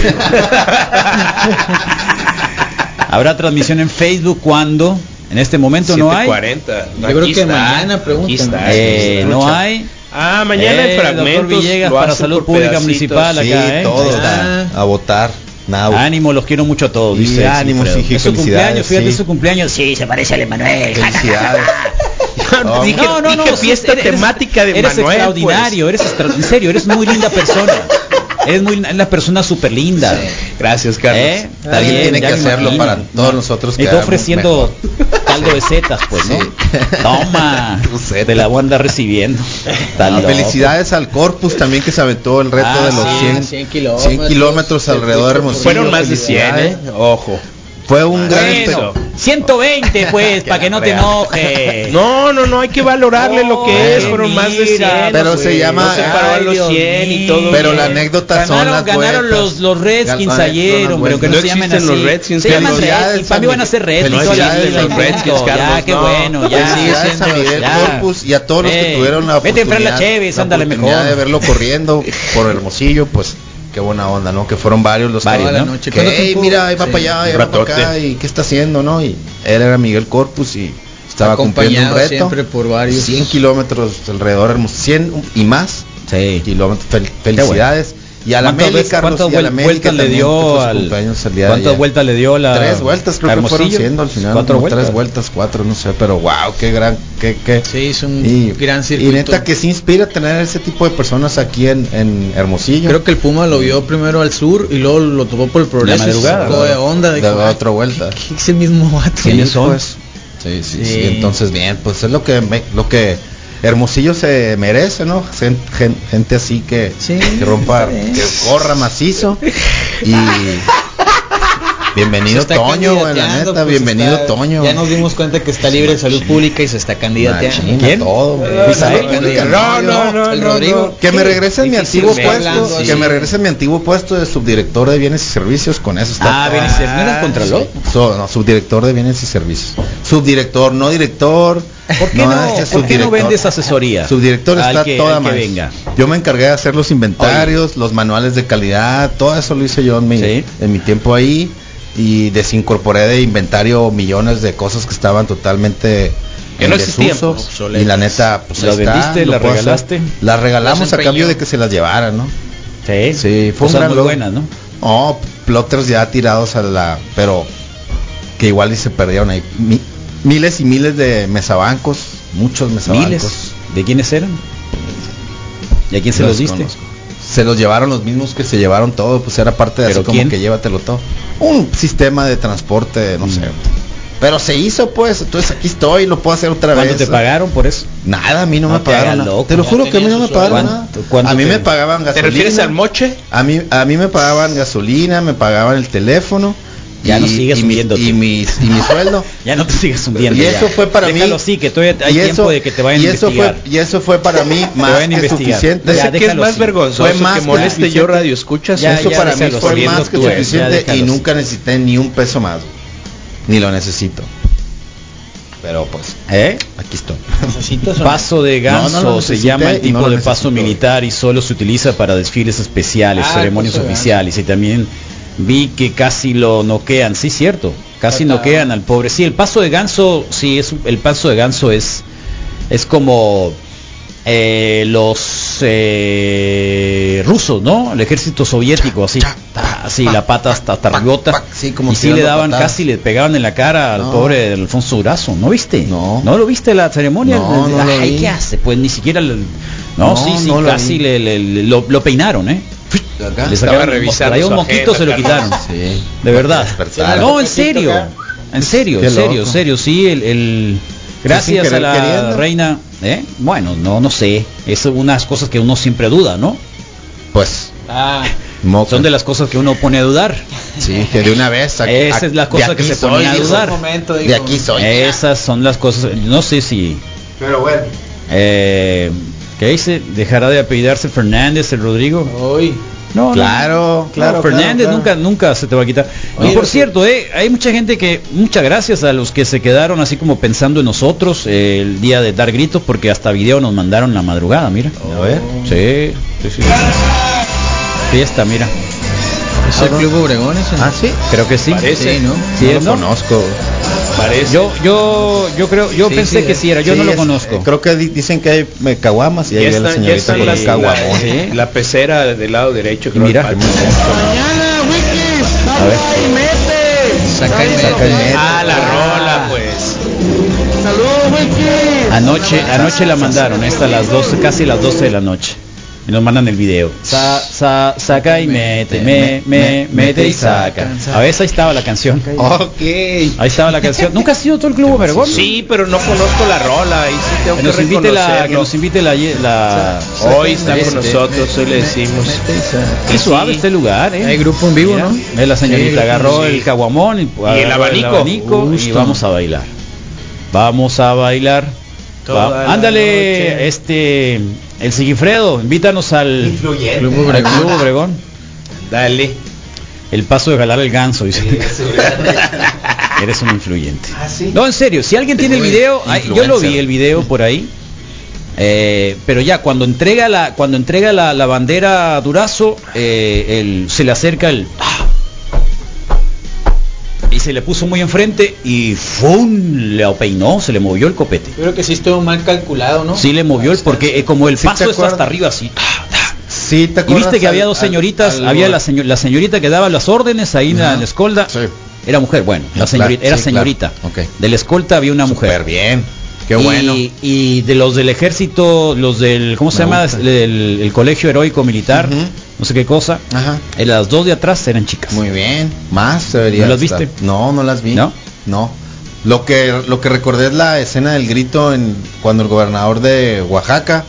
Habrá transmisión en Facebook cuando en este momento no hay. 7:40. Yo Aquí creo que está, mañana aquí preguntan. está, Eh, aquí no está. hay. Ah, mañana Eh, en fragmentos. doctor Villegas lo para hacen Salud por Pública pedacitos. Municipal Sí, acá, ¿eh? todo Ahí está. está. Ah, A votar. Nada. Ánimo, los quiero mucho a todos. Y dice ánimo, Alfredo. Sigi, Es su felicidades, cumpleaños, fíjate sí. es su cumpleaños. Sí, se parece al Emanuel. Felicidades. No, No, dije, no, no, dije no, fiesta eres- temática de eres Manuel. pues. extraordinario, eres extra- en serio, eres muy linda persona. Eres muy una persona súper linda. Gracias, Carlos. ¿Eh? Está Alguien bien, tiene ya que me hacerlo imagino. para todos nosotros. Me está quedar ofreciendo caldo de setas, pues, ¿no? Sí. Toma, Tu seta. te la voy a andar recibiendo. Está mejor. loco. Felicidades al Corpus también que se aventó el reto Ah, de los sí, 100, 100 kilómetros, kilómetros. alrededor de Hermosillo. Fueron más de 100, ¿eh? Felicidades. Ojo. Fue un gran Bueno, 120 pues, para que no te enojes. No, no, no, hay que valorarle lo que Ay, es. Fueron más de 100. mira, Pero se güey. llama- No se paró a Ay, los Dios 100 y mío. todo. Pero bien. la anécdota son Ganaron, las ganaron vueltas. los, los Redskins Ganaron ayer, las hombre, que no, No se llamen existen así. los Redskins, se llaman Carlos. Redskins, para mí van a ser Redskins. Felicidades toda la a los vida, Redskins, punto. Carlos, Ya, qué no. Pues bueno, ya. Felicidades a siendo- Miguel ya. Corpus y a todos los que Eh, tuvieron la Vete, Fran, la oportunidad, Chévez, la ándale oportunidad mejor. de verlo corriendo por Hermosillo, pues qué buena onda, ¿no? Que fueron varios los Varios, que, ¿no? que, ¿Cuánto "Ey, tiempo? mira, ahí va Sí, para allá, ahí un va para acá ratote. y qué está haciendo, ¿no? Y él era Miguel Corpus y Estaba cumpliendo un Acompañado reto. siempre por varios. 100 kilómetros alrededor, hermos- 100 y más kilómetros. Fel- felicidades. Y a la ¿Cuántas Meli, veces- Carlos, cuántas y a la vuel- Meli, vueltas que le también dio fue su al- cumpleaños el día de cuántas ayer. vueltas le dio la- Ah, Tres vueltas, creo la que fueron Hermosillo? siendo al final. Cuatro como vueltas. Tres vueltas, cuatro, no sé, pero wow, qué gran, qué, qué. Sí, es un Y, gran y circuito. neta que se inspira tener ese tipo de personas aquí en, en Hermosillo. Creo que el Puma lo vio primero al sur y luego lo topó por el progreso. La madrugada, y se sacó de ¿no? onda. Le dijo, da "Ah, otra vuelta. ¿qué- qué Ese mismo vato. Sí, Pues, pues. Sí, sí, sí, Sí. Entonces, bien, pues es lo que me- lo que Hermosillo se merece, ¿no? Gen- gen- gente así que, Sí, que rompa, sí. que corra macizo. Y bienvenido está Toño, güey, la candidateando, neta, pues, bienvenido está- Toño. Ya nos dimos cuenta que está libre de salud pública y se está Machina, candidateando. todo, güey. Pues, Salud ahí, pública. No, no, no, el no, Rodrigo. no. Que me regresen mi antiguo Difícilmente. puesto, Sí. que me regresen mi antiguo puesto de subdirector de bienes y servicios, con eso está. Ah, bien, ¿y si no eras contralor? So- no, subdirector de bienes y servicios. Subdirector, no director. ¿Por qué no, es que ¿por qué no subdirector. vendes asesoría? Subdirector Al está que- toda al que más. venga. Yo me encargué de hacer los inventarios, los manuales de calidad, todo eso lo hice yo en mi, Sí. en mi tiempo ahí y desincorporé de inventario millones de cosas que estaban totalmente Que en no existían, desuso. obsoletas. y la neta, pues ahí Las está, vendiste, lo las puedo hacer. regalaste. Las regalamos Las a empeñó. cambio de que se las llevaran, ¿no? Sí, Sí, fue Cosas un gran muy logro. buenas, ¿no? Oh, plotters ya tirados a la. Pero que igual y se perdieron ahí. Mi- miles y miles de mesabancos, muchos mesabancos. Miles. ¿De quiénes eran? ¿Y a quién se los, diste? conozco. Se los llevaron los mismos que se llevaron todo, pues era parte de ¿Pero así quién? como que llévatelo todo. Un sistema de transporte, Mm. no sé. Pero se hizo pues, entonces aquí estoy, lo puedo hacer otra ¿Cuánto vez. te pagaron por eso? Nada, a mí no, No me te pagaron hagas nada. loco. Te lo Ya juro que a mí tenía no me su pagaban sueldo. nada. ¿Cuánto- cuánto A mí te- me pagaban ¿Te gasolina. refieres al moche? A mí, a mí me pagaban gasolina, me pagaban el teléfono. Ya no sigues y mi- hundiéndote. y, mis- y mi sueldo. Ya no te sigas hundiendo. Y ya. eso fue para mí- Déjalo así, que todavía hay Y tiempo de que te vayan y a eso investigar. fue, y eso fue para mí más vayan a que investigar. suficiente. Ya, sé que es déjalo más así. vergonzoso Fue más que que moleste yo suficiente. radio escuchas. Ya, eso ya, para mí déjalo fue así, más es lo que tuyo, ya suficiente y déjalo nunca necesité ni un peso más. güey. Ni lo necesito. Pero pues, ¿Eh? aquí estoy. Paso de ganso No, no lo se necesité llama el y tipo no lo de paso necesito. militar y solo se utiliza para desfiles especiales, Ah, ceremonias paso de ganso. oficiales y también vi que casi lo noquean, sí cierto, casi Fatal. noquean al pobre. Sí, el paso de ganso, sí es un- el paso de ganso es es como eh, los eh, rusos, ¿no? El ejército soviético, así, ta, así la pata hasta hasta pac, arribota. pac, sí, como y sí le tirando daban patadas. casi le pegaban en la cara al No. pobre Alfonso Durazo, ¿no viste? No. ¿No lo viste la ceremonia? No, no lo Ay, vi. ¿qué hace? Pues ni siquiera le- no, No, sí, sí, no lo casi vi. Ah, le, le- le- lo, lo peinaron, ¿eh? Acá. Le Estaba sacaron un- revisando traía un su moquito, agenda, se lo Carlos. quitaron. Sí. De verdad. Despertar. No, en serio. En serio, Qué en serio, en loco. serio, sí, el, el- gracias a querer la queriendo. reina, ¿eh? Bueno, no no sé, es unas cosas que uno siempre duda, ¿no? Pues, Ah, moco. Son de las cosas que uno pone a dudar. Sí, que de una vez. a- Esa a- es la de cosa aquí que se soy, ponía a dijo. dudar. Eh, momento, De aquí soy. Esas son las cosas, no sé si Pero bueno. Eh, ¿Qué dice? ¿Dejará de apellidarse Fernández el Rodrigo? Hoy. No, no. Claro, No, claro, Fernández claro, nunca claro. nunca se te va a quitar. Oye, y por sí. cierto, eh, hay mucha gente que muchas gracias a los que se quedaron así como pensando en nosotros eh, el día de dar gritos porque hasta video nos mandaron la madrugada, mira. A ver. Sí, sí, sí. Fiesta, mira. ¿Es el Club Obregón ese? Ah, sí. Creo que sí. Parece. Sí, ¿no? Sí, no ¿no? lo conozco. Yo yo yo creo yo Sí, pensé sí, que es- sí era, yo Sí, no lo es- conozco. eh, creo que di- dicen que hay eh, caguamas y ahí Ya ve la está, ya señorita está con la, el caguamón. la- la pecera del lado derecho. Y mira. el patio. A ver. Saca el Saca el metro. metro. Ah, la rola, pues. Anoche, anoche la mandaron, esta a las 12, casi las 12 de la noche. Y nos mandan el video. Sa, sa, saca y mete, me, me, mete y saca. A veces ahí estaba la canción. Ok. Ahí estaba la canción. Nunca ha sido todo el club Obergón. Sí, pero no conozco la rola. Ahí sí tengo Que que, nos invite la, que reconocerlo. nos invite la, la Hoy está con nosotros, hoy le decimos. qué suave este lugar, eh. Hay grupo en vivo, Mira, ¿no? ve la Sí, hay grupo, señorita agarró sí. el caguamón y, agarró abanico. abanico y Justo. vamos a bailar. Vamos a bailar. Toda Va- la ándale, noche. este, el Sigifredo, invítanos al Club al Obregón. Club Obregón. Dale. El paso de jalar el ganso, dice. Eres un influyente. No, en serio, si alguien tiene el Uy, video, ay, yo lo vi influencer. el video por ahí. Eh, pero ya cuando entrega la cuando entrega la, la bandera a Durazo, eh, el- se le acerca el ¡ah! y se le puso muy enfrente y ¡fum! Le peinó, se le movió el copete. Yo creo que sí estuvo mal calculado, ¿no? Sí le movió el porque eh, como el Sí te paso es acuerdas. hasta arriba así. ¡ah! Sí, te Y acuerdas viste que al- había dos al- señoritas, al- había la, señor- la señorita que daba las órdenes ahí en la- en la escolta. Era mujer, bueno, la señorita, Claro, era sí, señorita. claro. Ok. De la escolta había una mujer. Súper bien. Qué Y- bueno. Y de los del ejército, los del, ¿cómo se Me llama? gusta. El, el- el colegio heroico militar, Ujú. no sé qué cosa. Ajá. eh, Las dos de atrás eran chicas. Muy bien. Más debería. ¿No las estar. viste? No, no las vi. ¿No? No. Lo que lo que recordé es la escena del grito en cuando el gobernador de Oaxaca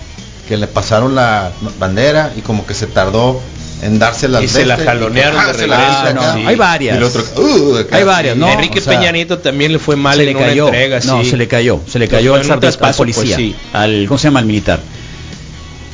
que le pasaron la bandera y como que se tardó en darse las Y se la jalonearon de regreso, no, sí. hay varias. Hay varias, ¿no? Enrique O sea, Peña Nieto también le fue mal se en le una cayó. entrega, no, sí. se le cayó. Se le cayó Fue al, en un sardi- al traspaso, pues, policía. sí. Al, ¿Cómo se llama? Al militar.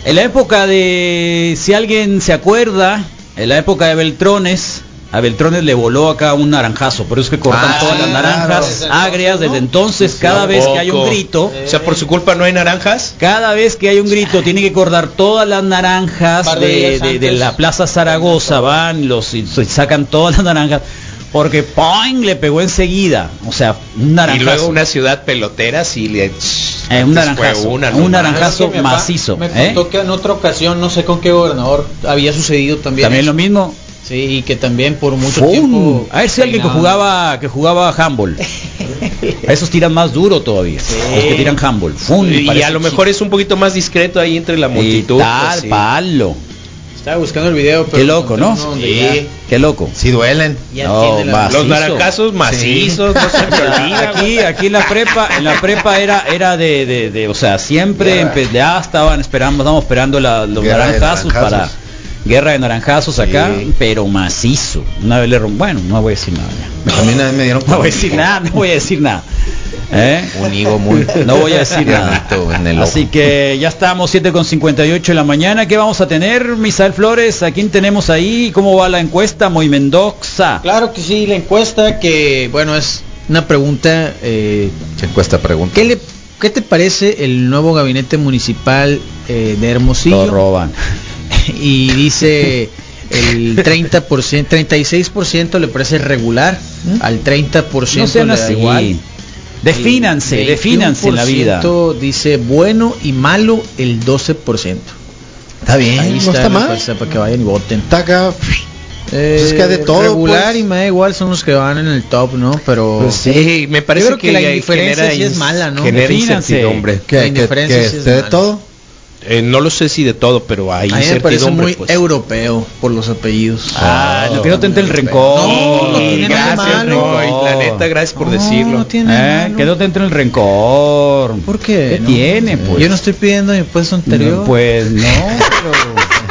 En la época de, si alguien se acuerda, en la época de Beltrones, a Beltrones le voló acá un naranjazo, por eso es que cortan Ah, todas sí, las naranjas claro. agrias desde entonces, cada vez que hay un Tampoco. grito, O sea, por su culpa no hay naranjas. cada vez que hay un grito tiene que cortar todas las naranjas Par de de, días de- de antes. la Plaza Zaragoza, van los y se sacan todas las naranjas, porque ¡poing! le pegó enseguida, o sea, un Y naranjazo. luego una ciudad pelotera sí le Eh, un naranjazo, Fue una un nomás. naranjazo Es que mi papá macizo. Me ¿eh? contó que en otra ocasión, no sé con qué gobernador, había sucedido también. También eso. lo mismo. Sí, y que también por mucho Fun. tiempo. A ver si alguien que peinaban. jugaba que jugaba handball. A esos tiran más duro todavía. Los que tiran handball. Fun, Y, parece a lo mejor es un poquito más discreto ahí entre la y multitud. tal, pues, sí. palo. Estaba buscando el video, pero. Qué loco, ¿no? encontré uno donde Sí. Qué loco. Sí duelen. Ya No, entiende la- vas. Los macizo. naranjazos macizos, no se me olvida, Aquí, aquí en la prepa, en la prepa era, era de, de- de- o sea, siempre Guerra. empe- ya estaban esperando, estábamos esperando la- los Guerra de naranjazos, para naranjazos. guerra de naranjazos acá, Sí. pero macizo. Una vez le rom- bueno, no voy a decir nada. ya. A mí una vez me dieron No con voy a decir nada, no voy a decir nada. ¿Eh? un higo muy No voy a decir nada. tiernito en el ojo. Así que ya estamos 7 con 58 de la mañana. ¿Qué vamos a tener, Misael Flores? ¿A quién tenemos ahí? ¿Cómo va la encuesta? Muy Mendoza. Claro que sí, la encuesta que, bueno, es una pregunta. eh, Se encuesta pregunta. ¿qué, le, ¿Qué te parece el nuevo gabinete municipal eh, de Hermosillo? Lo roban. y dice el 30%, 36% le parece regular, ¿Mm? al 30% No sean le da así. igual. Defínanse, El defínanse en la vida. 21% Dice bueno y malo el 12%. Está bien, Ahí no está, está, la mal. encuesta para que vayan y voten. Eh, Está acá. Pues es que de todo, regular pues. y me da igual son los que van en el top, ¿no? Pero Pues sí. Sí, me parece Yo creo que la eh, indiferencia genera sí es ins- mala, ¿no? Genera Defínanse. incertidumbre. La Que, que, indiferencia que sí es esté de mala. todo. Eh, no lo sé si de todo, pero hay a mí me parece incertidumbre. muy pues. europeo por los apellidos. Ah, no, que no te entre el rencor. No, no tiene nada gracias, malo. Roy, la Oh. neta, gracias por No, decirlo. Ah, no tiene nada ¿Eh? malo. Que no te entre el rencor. ¿Por qué? ¿Qué no? tiene, pues? Yo no estoy pidiendo mi puesto anterior. No, pues no, pero,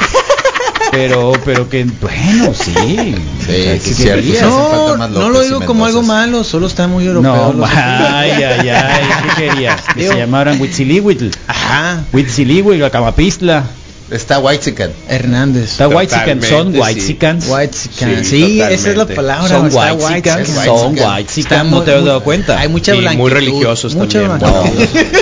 pero, pero que bueno, Sí, sí. O sea, sí, que- cierto, que- sí. No, hacen no, falta más no lo López y digo como Mendoza. algo malo, solo está muy europeo. No, ay, ay, ay, ¿qué querías? Que se llamaran Huitzilihuitl, Ajá. Huitzilihuitl, Acamapistla, Está White Chicken. Hernández. está Huitzican, son Totalmente, sí. Huitzicans, White Sí, chican. Sí, esa es la totalmente. palabra. son está Huitzicans, white chican. son Whitezican. Está Huitzicans, no muy- te has muy- dado cuenta. Hay mucha Y muy blanquitud, religiosos mucha también, blanquitud.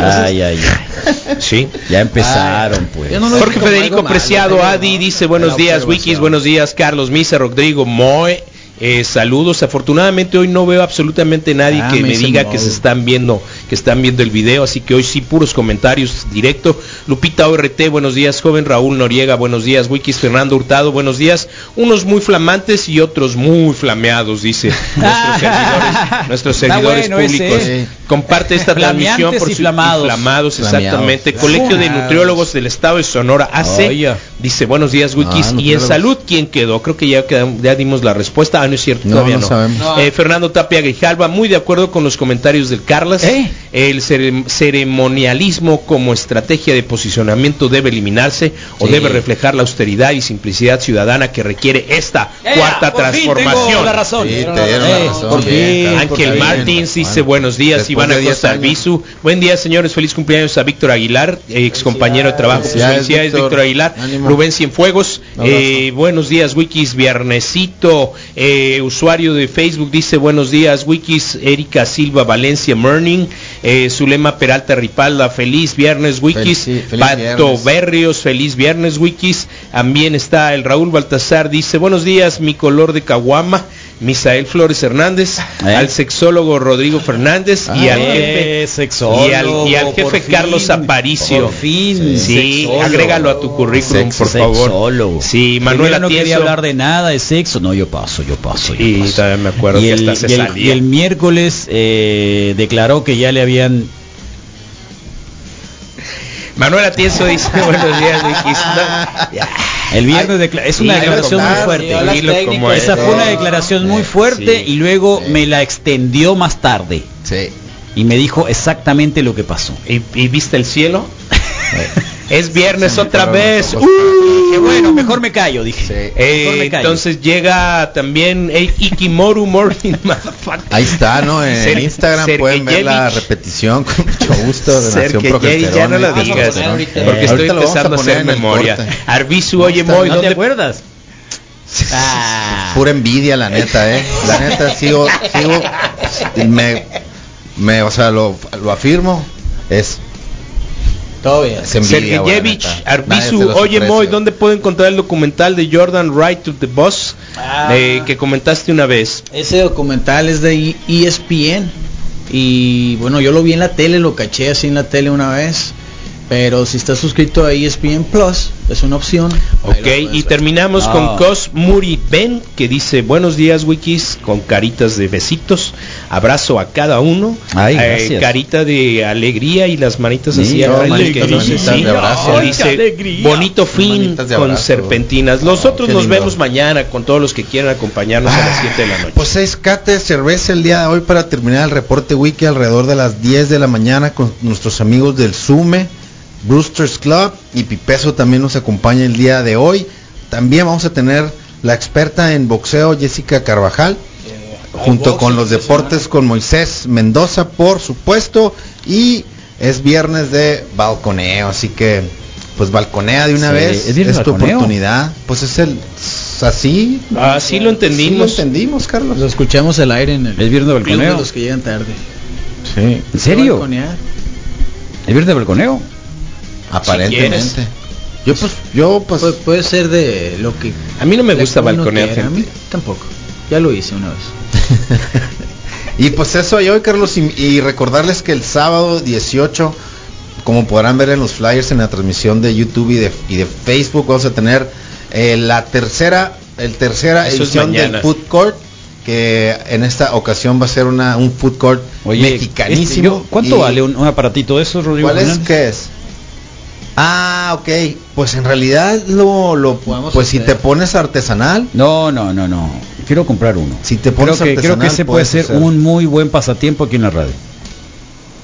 Ay, ay, ay, Sí. ya Ah, empezaron pues. Yo no lo- Jorge como algo Federico malo, Preciado, pero Adi, no. dice buenos La días, observación. Wikis, buenos días, Carlos Misa, Rodrigo, Moe. eh, saludos, afortunadamente hoy no veo absolutamente nadie Ah, que me me dicen diga Moe. que se están viendo, que están viendo el video, así que hoy sí puros comentarios directo. Lupita ORT, buenos días, joven Raúl Noriega, buenos días, Wikis Fernando Hurtado, buenos días, unos muy flamantes y otros muy flameados, dice nuestros servidores, Ah. Está nuestros servidores bueno ese, públicos. ¿eh? Comparte esta Flameantes transmisión y su- flamados. inflamados, Flameados. exactamente. Colegio de Flameados. Nutriólogos del Estado de Sonora AC. Oye. Dice, buenos días, Wikis. Ah, no y en creo. salud, ¿quién quedó? Creo que ya, quedam- ya dimos la respuesta. Ah, no es cierto, No, todavía no no. sabemos. No. Eh, Fernando Tapia Grijalva, muy de acuerdo con los comentarios del Carlas. ¿Eh? El cere- ceremonialismo como estrategia de posicionamiento debe eliminarse o Sí. debe reflejar la austeridad y simplicidad ciudadana que requiere esta cuarta transformación. la razón. Sí, te dieron la razón, por bien, fin. claro. Ángel Bien, Martins bueno. dice buenos días, Después Iván de 10 Acosta años. Albizu. Buen día, señores. Feliz cumpleaños a Víctor Aguilar, ex compañero de trabajo. Pues, Felicidades, Felicidades, Víctor. Víctor Aguilar. Ánimo. Rubén Cienfuegos. Un abrazo. eh, buenos días, Wikis. Viernesito. eh, usuario de Facebook dice buenos días, Wikis. Erika Silva Valencia Morning. eh, Zulema Peralta Ripalda. Feliz viernes, Wikis. Fel- sí, feliz Pato viernes. Berrios, feliz viernes, Wikis. También está el Raúl Baltasar, dice, buenos días, mi color de caguama. Misael Flores Hernández, ¿Eh? al sexólogo Rodrigo Fernández Ah, y al jefe, y al, y al jefe Carlos Aparicio. fin. Sí, sexólogo. agrégalo a tu currículum, Sex- por favor. sexólogo. Sí, Manuel Primero no quería Atieso. hablar de nada de sexo. No, yo paso, yo paso. yo Y paso. también me acuerdo y que el, hasta se y el- salía. y el miércoles eh, declaró que ya le habían Manuel Atieso dice buenos días, Riquis". Ah, el viernes decla- es una Dilo declaración como muy es, fuerte dilo Dilo como es. esa fue una declaración muy fuerte y luego me la extendió más tarde Sí. y me dijo exactamente lo que pasó ¿Y, y viste el cielo? es viernes otra cerraron los vez. ojos. ¡Uh! Dije, bueno mejor me callo dije Sí. Eh, Mejor me callo. entonces llega también eh, Ikimoru Morning Motherfucker. Ahí está, ¿no? En Ser- Instagram Sergey pueden ver la Yevich. repetición con mucho gusto de Ser Nación que Jerry ya Progesterona. no la digas, Progesterona. porque Eh, ahorita estoy lo vamos empezando a poner hacer en el memoria. corte. Arbizu, oye, Moy, ¿no te ¿dónde acuerdas? Ah. Pura envidia, la neta, ¿eh? La neta, sigo, sigo, me, me, o sea, lo, lo afirmo, es, Todavía. es envidia, güey, la Sergeyevich, neta. Nadie se Arbizu, los oye ofrece, Moy, güey. ¿dónde puedo encontrar el documental de Jordan Right to the Boss Ah. eh, que comentaste una vez? Ese documental es de E- ESPN y bueno, yo lo vi en la tele, lo caché así en la tele una vez, pero si estás suscrito a E ESPN Plus, es una opción. ahí Ok, lo puedes y ver. terminamos Ah. con Cos Muri Ben, que dice, buenos días Wikis, con caritas de besitos, abrazo a cada uno, Eh, Ay, gracias. carita de alegría y las manitas así, Sí, arriba, no, que manitas, dice, manitas de abrazo. que Ay, dice, qué alegría. bonito fin Manitas de con abrazo. serpentinas. Los Oh, otros qué nos lindo. vemos mañana con todos los que quieran acompañarnos a las 7 de la noche. Pues seis cates cerveza el día de hoy para terminar el reporte wiki alrededor de las 10 de la mañana con nuestros amigos del Sume, Brewsters Club y Pipeso también nos acompaña el día de hoy. También vamos a tener la experta en boxeo Jessica Carvajal junto con los deportes con Moisés Mendoza, por supuesto, y es viernes de balconeo, así que pues balconea de una Sí, vez, ¿es es, viernes de tu balconeo? oportunidad, pues es el es así, Ah, Así lo sí lo entendimos. entendimos, Carlos. Lo escuchamos el aire en el ¿Es viernes club de balconeo? de los que llegan tarde. Sí, en serio Balconear. el viernes de balconeo aparentemente. Si quieres. yo pues yo pues Pu- puede ser de lo que a mí no me la gusta que uno balconear quiera. A gente. mí tampoco. Ya lo hice una vez. y pues eso y hoy Carlos y, y recordarles que el sábado 18 como podrán ver en los flyers en la transmisión de YouTube y de, y de Facebook vamos a tener eh, la tercera el tercera Eso es edición del mañana. food court que en esta ocasión va a ser una un food court mexicanísimo. este, yo- ¿cuánto Y- vale un, un aparatito de esos, Rodrigo? ¿Cuál es? Fernández? ¿Qué es? Ah, ok. Pues en realidad lo, lo Podemos pues si te hacer. pones artesanal, No, no, no, no. Quiero comprar uno. si te Creo pones que, creo artesanal, que ese puede puedes ser hacer. un muy buen pasatiempo aquí en la radio.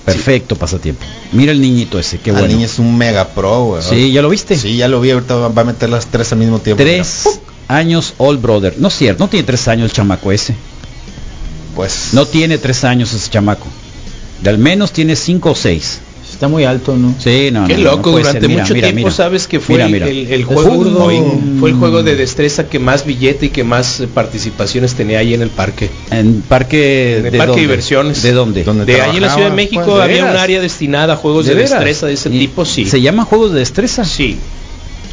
Perfecto pasatiempo. Mira el niñito ese, qué Ah, bueno. niña es un mega pro, güey. Sí, ¿ya lo viste? Sí, ya lo vi, ahorita va va a meter las tres al mismo tiempo. Tres años old brother. No es cierto, no tiene tres años el chamaco ese. mira. Pues No tiene tres años ese chamaco. De al menos tiene cinco o seis. Está muy alto, ¿no? Sí, no, Qué no, no loco, puede ser. durante Mira, mucho mira, tiempo mira. sabes que fue Mira, el- mira. El, el juego zurdo. hoy fue el juego de destreza que más billete y que más eh, participaciones tenía ahí en el parque. En parque En el ¿de parque dónde? de diversiones. ¿De dónde? ¿Dónde De ahí en la trabajaba? Ciudad de México Pues, ¿de había un veras? área destinada a juegos de, veras? destreza de ese ¿Y tipo, sí. ¿Se llaman juegos de destreza? Sí.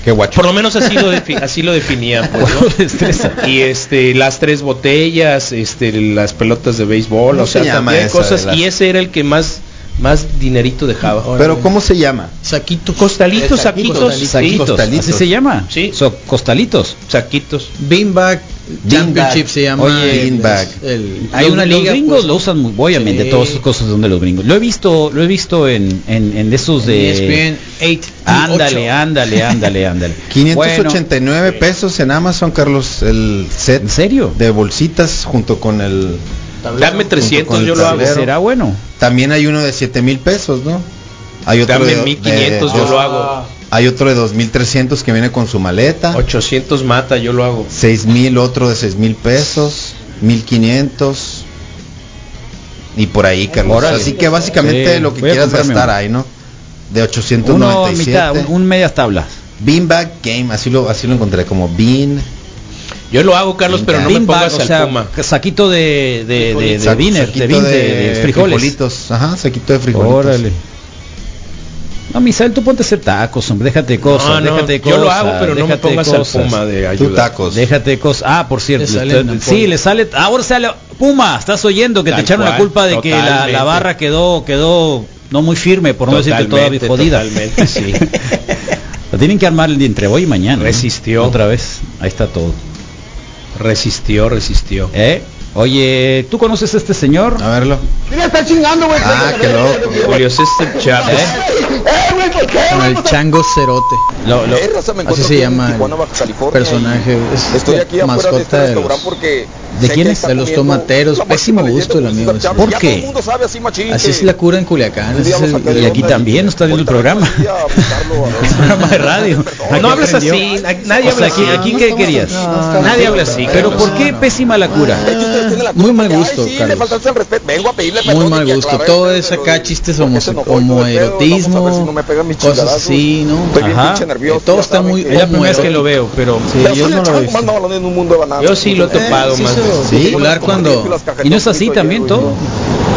qué guacho. Por lo menos así lo, defi- así lo definían, pues, ¿no? Juegos de destreza. Y este, las tres botellas, este, las pelotas de béisbol, ¿Cómo o sea, se llama también esa cosas. de las- Y ese era el que más, más dinerito dejaba. Pero ¿cómo se llama? Saquitos. Costalitos, saquitos, Costalitos. sí, Saquitos, así se llama. Sí. So, costalitos. saquitos. Beanbag Championship Beanbag. se llama. Oye, el- Beanbag. el- Hay los- una los los gringos pues, lo usan muy obviamente Sí. todas esas cosas donde los gringos. Lo he visto, lo he visto en en, en esos E de ESPN 8. Ándale, ándale, ándale, ándale. 589 pesos en Amazon, Carlos, el set ¿En serio? de bolsitas junto con el Dame 300, con el yo lo hago. Bueno, tablero. será bueno. También hay uno de 7 mil pesos, ¿no? Hay otro Dame de, 1500, de- yo lo hago. Hay otro de 2300 que viene con su maleta. 800 mata, yo lo hago. 6000 otro de 6000 pesos, 1500 y por ahí, Carlos. Órale. Así que básicamente Sí, lo que voy a quieras comprarme gastar uno. ahí, ¿no? De Uno a 897. mitad, un, un medias tablas. Beanbag Game, así lo así lo encontré como Bean Yo lo hago, Carlos, pero no me Beanbag, pongas o al sea, Puma. saquito de de de, de Sa- dinner, de, saquito bean, de- de frijoles. frijolitos, ajá, se quitó de frijolitos. Órale. No, Misael, tú ponte a hacer tacos, hombre. Déjate de cosas. No, no, déjate de yo cosas. lo hago, pero no me déjate de pongas al cosas. Puma de ayuda. Tú tacos. Déjate de cosas. Ah, por cierto. Le sale usted- una sí, pol- le sale. ah, Ahora sale. Puma, estás oyendo que Tal te echaron la cual, culpa de que la, la totalmente. barra quedó quedó no muy firme, por no decirte todavía Totalmente, jodida. totalmente, sí. La tienen que armar el día entre hoy y mañana. ¿no? Resistió. Otra vez. Ahí está todo. Resistió, resistió. ¿Eh? Oye, ¿tú conoces a este señor? A verlo. Ah, qué loco. Julio Este César Chávez. Con el chango cerote. ¿Eh? Lo- lo- Así se llama el personaje. Es Estoy aquí afuera de mascota este de los, restaurante porque... ¿De sé quién que es? está de los comiendo tomateros. la máxima Pésimo gusto el leyenda amigo. César ese. Chávez. ¿Por Ya qué? todo el mundo sabe así, machín, Así que es la cura en Culiacán. ese es el- Y aquí también, no está viendo el programa. voy a buscarlo, a ver. programa de radio. No hables aprendió. así, na- nadie O sea, habla aquí, así. aquí ¿qué querías? Nadie habla así. Pero Carlos. ¿por qué pésima la cura? Ah, Es que ustedes tienen la Muy culpa mal que, ay, gusto, sí, le Carlos. faltaste el respeto. Vengo a pedirle perdón Muy y mal que gusto. aclaré, Todo pero es lo acá digo, chistes porque se homoerotismo, enojó y todo el pedo, vamos a ver si no me pegan mis cosas chingadazos. así, ¿no? Eh, Estoy bien Ajá. pinche nervioso. Todo ya está saben muy- que- Es la primera vez Homero. que lo veo, pero Pero yo soy no el lo chango he visto. más mamalón en un mundo de bananas. Yo sí lo he topado sí, más. eso- Sí. popular cuando y no es así también todo.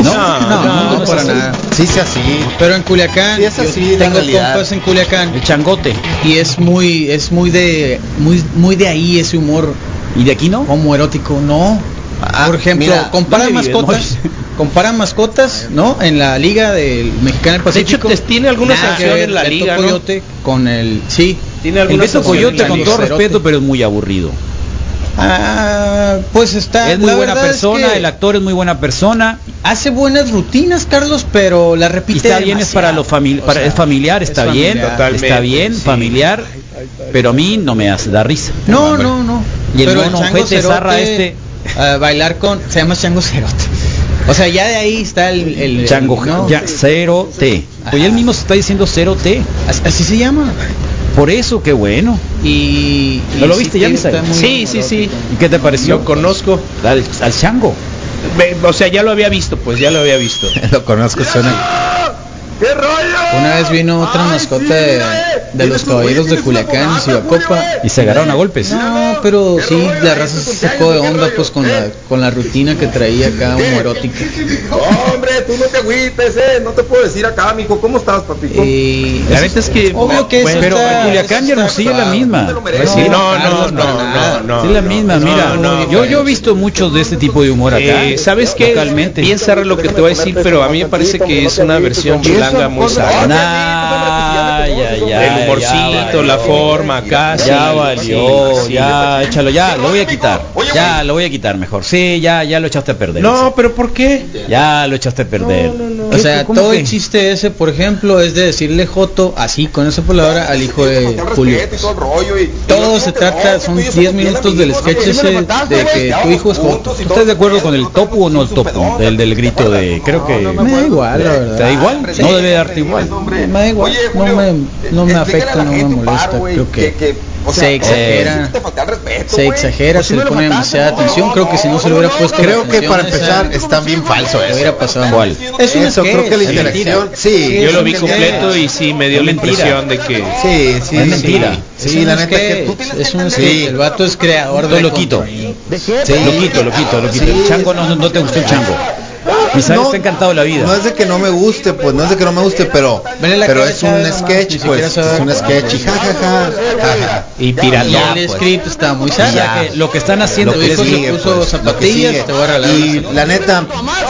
no, No, no, no, no, no es para así. nada. Sí, sí, así. Pero en Culiacán, Sí, es yo así, la tengo realidad. compas en Culiacán El changote. y es muy es muy de muy muy de ahí ese humor ¿Y de aquí no? homoerótico, no. Ah, Por ejemplo, mira, comparan ¿dónde vives, mascotas, comparan mascotas, ¿no? En la Liga del Mexicano del De hecho, Pacífico. te- tiene alguna Nada que sanción ver, en la Beto liga, ¿no? Coyote con el sí. Tiene El alguna Beto sanción en Coyote, la con liga. todo Cerote. respeto, pero es muy aburrido. Ah, pues está Es muy la buena verdad es persona, que el actor es muy buena persona. hace buenas rutinas, Carlos, pero la Y repite está bien, es para los los familiares, para, es familiar, está bien, Totalmente, está bien, sí. familiar, pero a mí no me hace da risa. No, no, no. Y el Pero mono chango ojete cerote, zarra este. ah, bailar con se llama chango cerote. O sea, ya de ahí está el, Eh, el- Chango, ¿no? ya, cero T. Pues Ah. Ajá. él mismo se está diciendo cero T. Así, así se llama. Por eso, qué bueno. Y, ¿No y lo sí, viste ya, tío, Misael? está muy Sí, sí, sí. ¿Y qué te pareció? Lo conozco. Al, al chango. Ve- O sea, ya lo había visto, pues ya lo había visto. Lo conozco, suena. Una vez vino otra mascota de, de los caballeros de Culiacán y se iba a copa. Y se agarraron a golpes. No, pero sí, la raza se sacó de onda pues con la, con la rutina que traía acá homoerótica. Hombre, tú no te agüites, eh. No te puedo decir acá, mijo. ¿Cómo estás, papi? ¿Cómo- Y La neta es que. obvio que eso pero está- Culiacán y eso está Hermosillo es la actuado. misma. No te lo Pues mereces. sí. no, no, no, Carlos, para no, nada. no. es la misma, no, mira. no, yo, yo he bueno. visto muchos de este tipo de humor acá. Eh, ¿Sabes qué? Localmente. Bien cerrar lo que te voy a decir, pero a mí me parece que es una versión chilanga muy sana. Nah, ya, ya, el ya humorcito, valió. la forma, Ya acá. sí, valió, sí, sí. ya, échalo, ya, lo voy a quitar. Ya, lo voy a quitar mejor. Sí, ya, ya lo echaste a perder. No, pero ¿por qué? Ya lo echaste a perder. O sea, ¿Cómo todo que? el chiste ese, por ejemplo, es de decirle Joto, así, con esa palabra, al hijo de Julio. respeto y todo el rollo y- y yo Todo se digo que trata, no, son que tú y yo 10 somos bien minutos del amigos, sketch güey, ese me levantaste, de güey, que ya tu hijo es juntos Joto. y ¿Tú todo estás de acuerdo el con el pedo, topo o no el sus topo? pedotas, Del, del ¿te grito acuerdas? de, No, creo que... Me no me da acuerdo. igual, la ¿Te da verdad. igual? Hombre, No sí, debe darte hombre, igual. hombre. Me da igual, Oye, no Julio, me- no me explícale a afecta, la no me gente un par, molesta, güey, creo que- o se sea, exagera. te falta el respeto, Se güey. exagera, Pues se si le no pone mataste, demasiada no, atención, no, creo que si no se le hubiera puesto la Creo que atención para esa, empezar está bien falso le eso. hubiera pasado. ¿Cuál? Es un Eso, sketch, creo que la es interacción. mentira. Sí. Yo lo vi Sí, completo y sí me dio la impresión de que. Sí, sí. Es mentira. Sí, Es un la neta que sketch, tú es un Sí. sketch, el vato es creador Lo de lo quito. contenido. Sí. Lo quito, lo quito, lo quito. El chango no, no te gustó el chango. Misael No, está encantado de la vida. No es de que no me guste, pues, no es de que no me guste, pero, Vele la pero cara de es Chávez un nomás, ni sketch, siquiera pues, sabe. es un sketch, y ja, ja, ja, ja, ja. Y Y tirando. pues. el script está muy O sea, sano. que lo que están haciendo Lo Tu que es hijo se sigue, puso pues, lo que zapatillas, sigue. te voy a regalar Y una. la neta,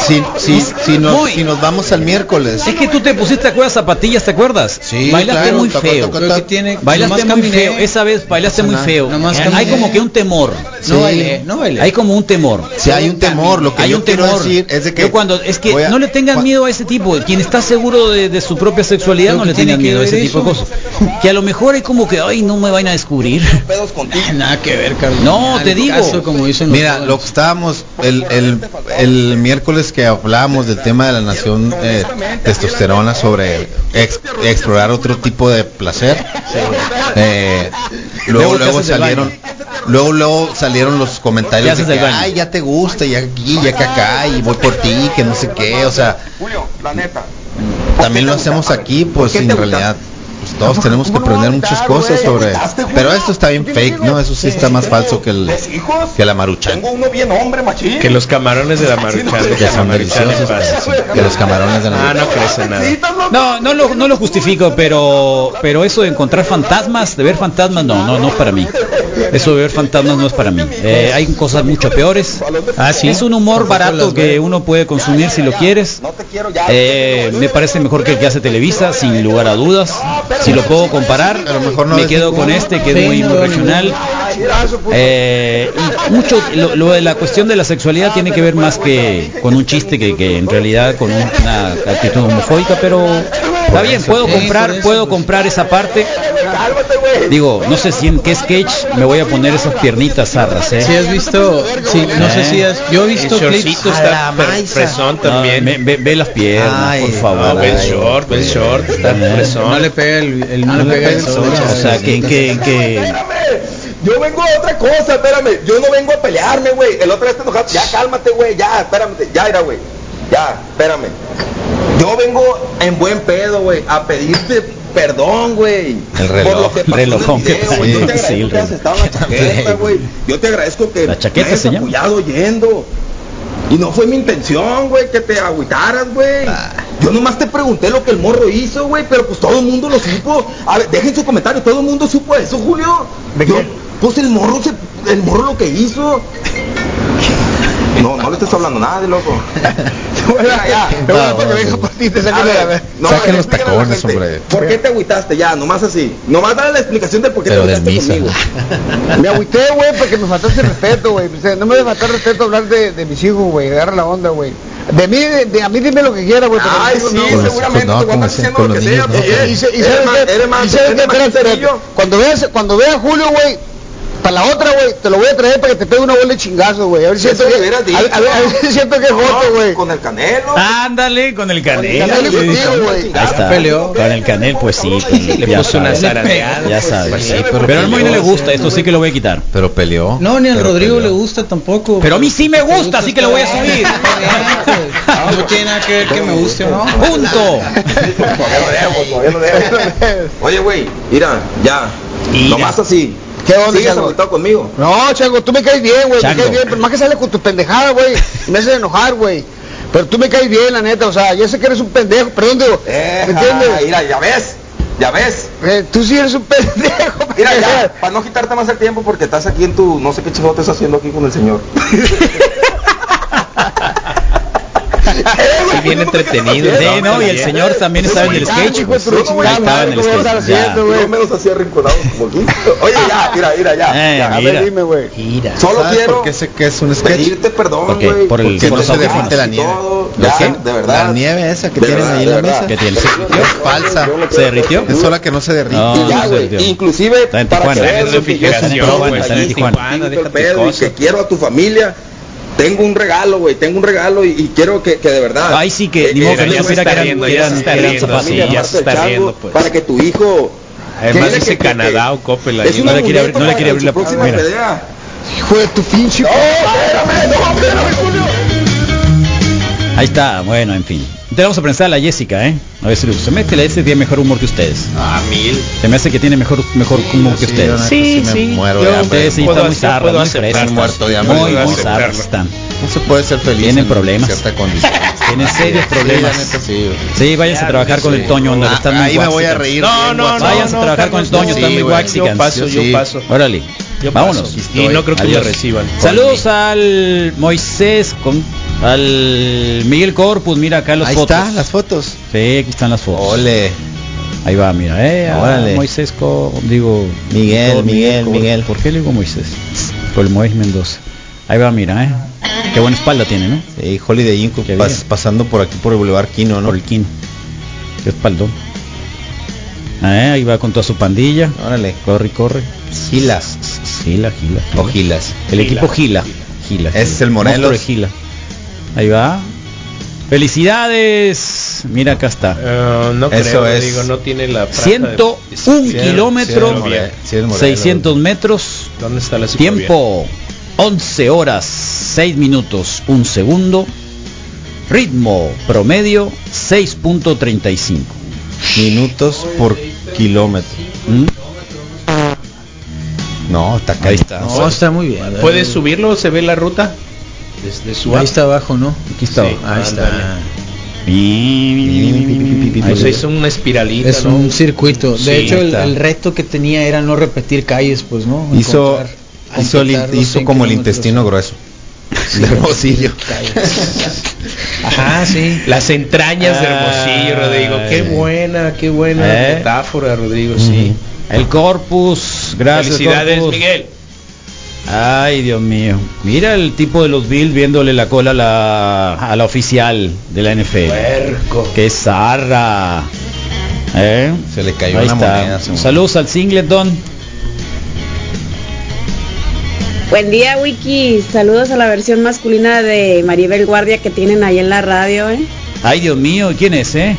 si, si, si, nos, si nos vamos al miércoles, Es que tú te pusiste a cuerdas zapatillas, ¿te acuerdas? Sí, bailaste claro, muy tocó, feo. tocó, Creo que tiene- Bailaste nomás muy caminé. feo. Esa vez bailaste muy Nomás feo. nomás Hay caminé. como que un temor. Sí. No bailé, no bailé. Hay como un temor. si hay un temor, lo que Hay yo un quiero temor. decir es de que Yo cuando es que voy a- no le tengan cua- miedo a ese tipo. Quien está seguro de, de su propia sexualidad Creo no que le tiene tengan que miedo a ver ese tipo de eso. cosas. Que a lo mejor hay como que ay no me van a descubrir. pedos contigo. Nada que ver, Carlos. No, Nada, te el digo. caso, como dicen los Mira, lo que jóvenes. estábamos el, el, el miércoles que hablábamos del tema de la nación eh, testosterona sobre ex- explorar otro tipo de placer. eh, luego Luego te luego haces del salieron luego luego salieron los Te comentarios haces de que del baño. ay ya te gusta y aquí y acá acá y voy por ti que no sé qué, o sea, Julio, la neta. también lo hacemos aquí pues ¿Por qué en te realidad pues, todos tenemos que aprender muchas cosas sobre. Pero esto está bien fake, ¿no? Eso sí está más falso que, el, que la maruchan. Tengo uno bien hombre, machín. Que los camarones de la maruchan. Que son deliciosos. Que los camarones de la Ah, no crecen nada. No, no lo, no lo justifico, pero, pero eso de encontrar fantasmas, de ver fantasmas, no, no, no es para mí. Eso de ver fantasmas no es para mí. Eh, hay cosas mucho peores. Ah, Es un humor barato que uno puede consumir si lo quieres. Eh, me parece mejor que el que hace Televisa, sin lugar a dudas. Si lo puedo comparar, A lo mejor no me ves quedo ninguno. con este que es Sí, muy, no muy veo regional. Eh, y mucho lo, lo de la cuestión de la sexualidad tiene que ver más que con un chiste que, que en realidad con una actitud homofóbica, pero está bien, puedo Sí, por comprar, eso, puedo pues. comprar esa parte. Digo, no sé si en qué sketch me voy a poner esas piernitas zarras, Si ¿eh? has visto, sí, no sé si has, yo he El visto clips. shortcito está A la per- maíza. fresón también. Ve, ve- ve las piernas, Ay, por Ah, favor. ve el short, ve el short, está Eh. fresón. No le pega el, el- no Ah, le no pega le el pega el sol. sol, O sea, que, que, que Yo vengo a otra cosa, espérame. Yo no vengo a pelearme, güey. El otro vez te enojaste. Ya cálmate, güey. Ya, espérame. Ya era, güey. Ya, espérame. Yo vengo en buen pedo, güey, a pedirte perdón, güey. El reloj, Por lo que pasó en el relojón que video, trae. güey. Yo te Sí, agradezco que el hayas reloj. estado en la chaqueta, güey. Yo te agradezco que La me chaqueta hayas se llama. apoyado yendo. Y no fue mi intención, güey, que te agüitaras, güey. Ah. Yo nomás te pregunté lo que el morro hizo, güey, pero pues todo el mundo lo supo. A ver, dejen su comentario, todo el mundo supo eso, Julio. Yo- pues el morro se, el morro lo que hizo. No, no le estás hablando nada de loco. ya, ya. Qué bueno, bárbaro. vengo por ti, te A sacan ver, saquen los tacones, hombre. ¿Por qué te agüitaste? Ya, nomás así. Nomás dale la explicación de por qué Pero te agüitaste desmisa. conmigo. Me agüité, güey, porque me faltaste respeto, güey. O sea, no me faltó respeto hablar de, de mis hijos, güey. Agarra la onda, güey. De mí, de, de- a mí dime lo que quieras, güey. pero Ay, mis hijos sí, no, güey. seguramente No, te voy a como estar hacen diciendo con lo que los sea. niños, ¿no? porque- Y, se- y Eres sabes más- qué, eres más- y sabes eres qué, más espérate, espérate. sencillo. cuando veas, cuando veas Julio, güey, para la otra, güey, te lo voy a traer para que te pegue una bola de chingazo, güey. A ver si Eso siento que, me hubieras dicho. a, ver- a ver- a ver si siento que es joto, No, güey. Con el canelo. Ándale con el canel. Canelo sí. contigo, güey. Ahí está. Peleó. Con el canel, pues sí. Le ya puso una sabes. zarateada. Ya sabes. sí, pero, pero al Moy no le peleó, gusta, esto sí que lo voy a quitar. Pero peleó. No, ni al pero Rodrigo peleó. le gusta tampoco. Pero a mí sí me gusta, así que lo voy a subir. No tiene nada que ver que me guste o no. ¡Punto! Todavía lo debo, todavía lo debo. Oye, güey, mira, ya. Nomás así. ¿Qué onda, ¿Sigues Chaco? agüitado conmigo? No, Chango, tú me caes bien, güey. Me Chango. caes bien, pero más que sales con tu pendejada, güey. y Me haces enojar, güey. Pero tú me caes bien, la neta. O sea, yo sé que eres un pendejo. Perdón, digo. Eh, ¿Me entiendes? ah, Mira, ya ves, ya ves. Eh, tú sí eres un pendejo. Mira, ya, para no quitarte más el tiempo porque estás aquí en tu, no sé qué chingados estás haciendo aquí con el señor. Sí, bien entretenido. Sí, no, y el señor también estaba en el sketch. Hijo de pues. tu chingada Ahí estaba en madre, el ¿cómo vas a estar sketch. ya. haciendo, Yo güey? menos así arrinconado como aquí. Oye, ya, mira, mira, ya. Eh, ya. A mira. ver, dime, güey. Solo ¿Sabes quiero por qué sé que es un sketch? pedirte perdón, Ok, güey. por el- porque Que por no los se te audífonos. dejaste la enojaste y nieve. todo. ¿Lo Ya, qué? de verdad. La nieve esa que De tienes verdad, ahí en la de verdad. mesa. Que tiene- se- Es falsa. Se derritió. Es sola que no se derrite. No, Y ya, no se güey, derritió. inclusive Está en para Tijuana. que Está veas en lo que yo refrigeración, soy, está en güey, Tijuana, allí, Tijuana. pinto el déjate pedo, y cosas. que quiero a tu familia. Tengo un regalo, güey, tengo un regalo y, y quiero que, que de verdad. Ahí sí que, ni modo que no Mira, Eh, ya se supiera está que eran- riendo, que ya se eran- está que eran riendo, Para sí, zapatillas. que ya aparte se del está chango, riendo, pues. Para que tu hijo. Además que- dice que- que- Canadá o Coppel ahí. es un no le quiere abrir- amuleto no le para quiere abrir su la- próxima mira. pelea. Hijo de tu pinche. No, espérame, no, espérame, Julio. Ahí está, bueno, en fin. Entonces vamos a pensar a la Jessica, ¿eh? A ver si lo- se mete la Jessica tiene mejor humor que ustedes. Ah, mil. Se me hace que tiene mejor, mejor humor que ustedes. Sí, sí. me Muero de Yo- hambre. ustedes sí, puedo están muy hacer- zarras, puedo muy aceptar, fresas, están muerto de hambre, Muy, puedo muy aceptarlo. zarras están. No se puede ser feliz Tienen en problemas. cierta condición. Tienen serios problemas. Sí, la neta, sí, güey. Sí, váyanse a trabajar con el Toño, no, Ah, están muy ahí me voy a guaxicas. reír. No, no, no. Váyanse a no, trabajar con el Carlos, no. Toño, están sí, muy güey. guaxicans. Yo paso, yo sí. paso. Órale, Yo vámonos. paso. Y no creo que Adiós. me reciban. Saludos al Moisés, con, al Miguel Corpus, mira acá los Ahí fotos. está, las fotos. Sí, aquí están las fotos. Ole, Ahí va, mira, eh, a Órale. Moisés, Co- digo Miguel, Cor- Miguel, Cor- Miguel. ¿Por qué le digo Moisés? Por el Moisés Mendoza. Ahí va, mira, eh. Qué buena espalda tiene, ¿no? sí, Holiday Inn Qué pas- bien. pasando por aquí por el Boulevard Quino, ¿no? Por el quino. Qué espaldón. Ah, ahí va con toda su pandilla. Órale, Corre, y corre. Gilas Gila, gila. o Gilas. El equipo Gila. Gila. Es el Morelos. Monstruo de Gila. Ahí va. Felicidades. Mira, acá está. Eh, no creo, Eso es. digo, no tiene la franja de- 101 kilómetros, sí, es sí, es Morelos. 600 metros. ¿Dónde está la ciclovía? Tiempo 11 horas 6 minutos 1 segundo. Ritmo promedio 6.35. Minutos por kilómetros. ¿Mm? No, está Ahí está. No, está muy bien. ¿Puedes subirlo? ¿Se ve la ruta? Desde su Ahí app. está abajo, ¿no? Aquí está. Sí, Ahí está. ándale. Pues es una espiralita. Es ¿no? un circuito. De Sí, hecho, el, está. el reto que tenía era no repetir calles, pues, ¿no? Hizo, Encontrar- hizo, el in- completar los hizo 100 como el kilómetros. intestino grueso. De Hermosillo. Ajá, sí. Las entrañas de Hermosillo, Rodrigo. Qué Ay. buena, qué buena ¿Eh? metáfora, Rodrigo, sí. El corpus, gracias. Felicidades, corpus. Miguel. Ay, Dios mío. Mira el tipo de los Bills viéndole la cola a la, a la oficial de la NFL. Puerco. ¡Qué zarra! ¿Eh? Se le cayó Ahí una está. moneda, se- Saludos al Singleton. Buen día, Wiki. Saludos a la versión masculina de Maribel Guardia que tienen ahí en la radio, ¿eh? Ay, Dios mío, ¿quién es, eh?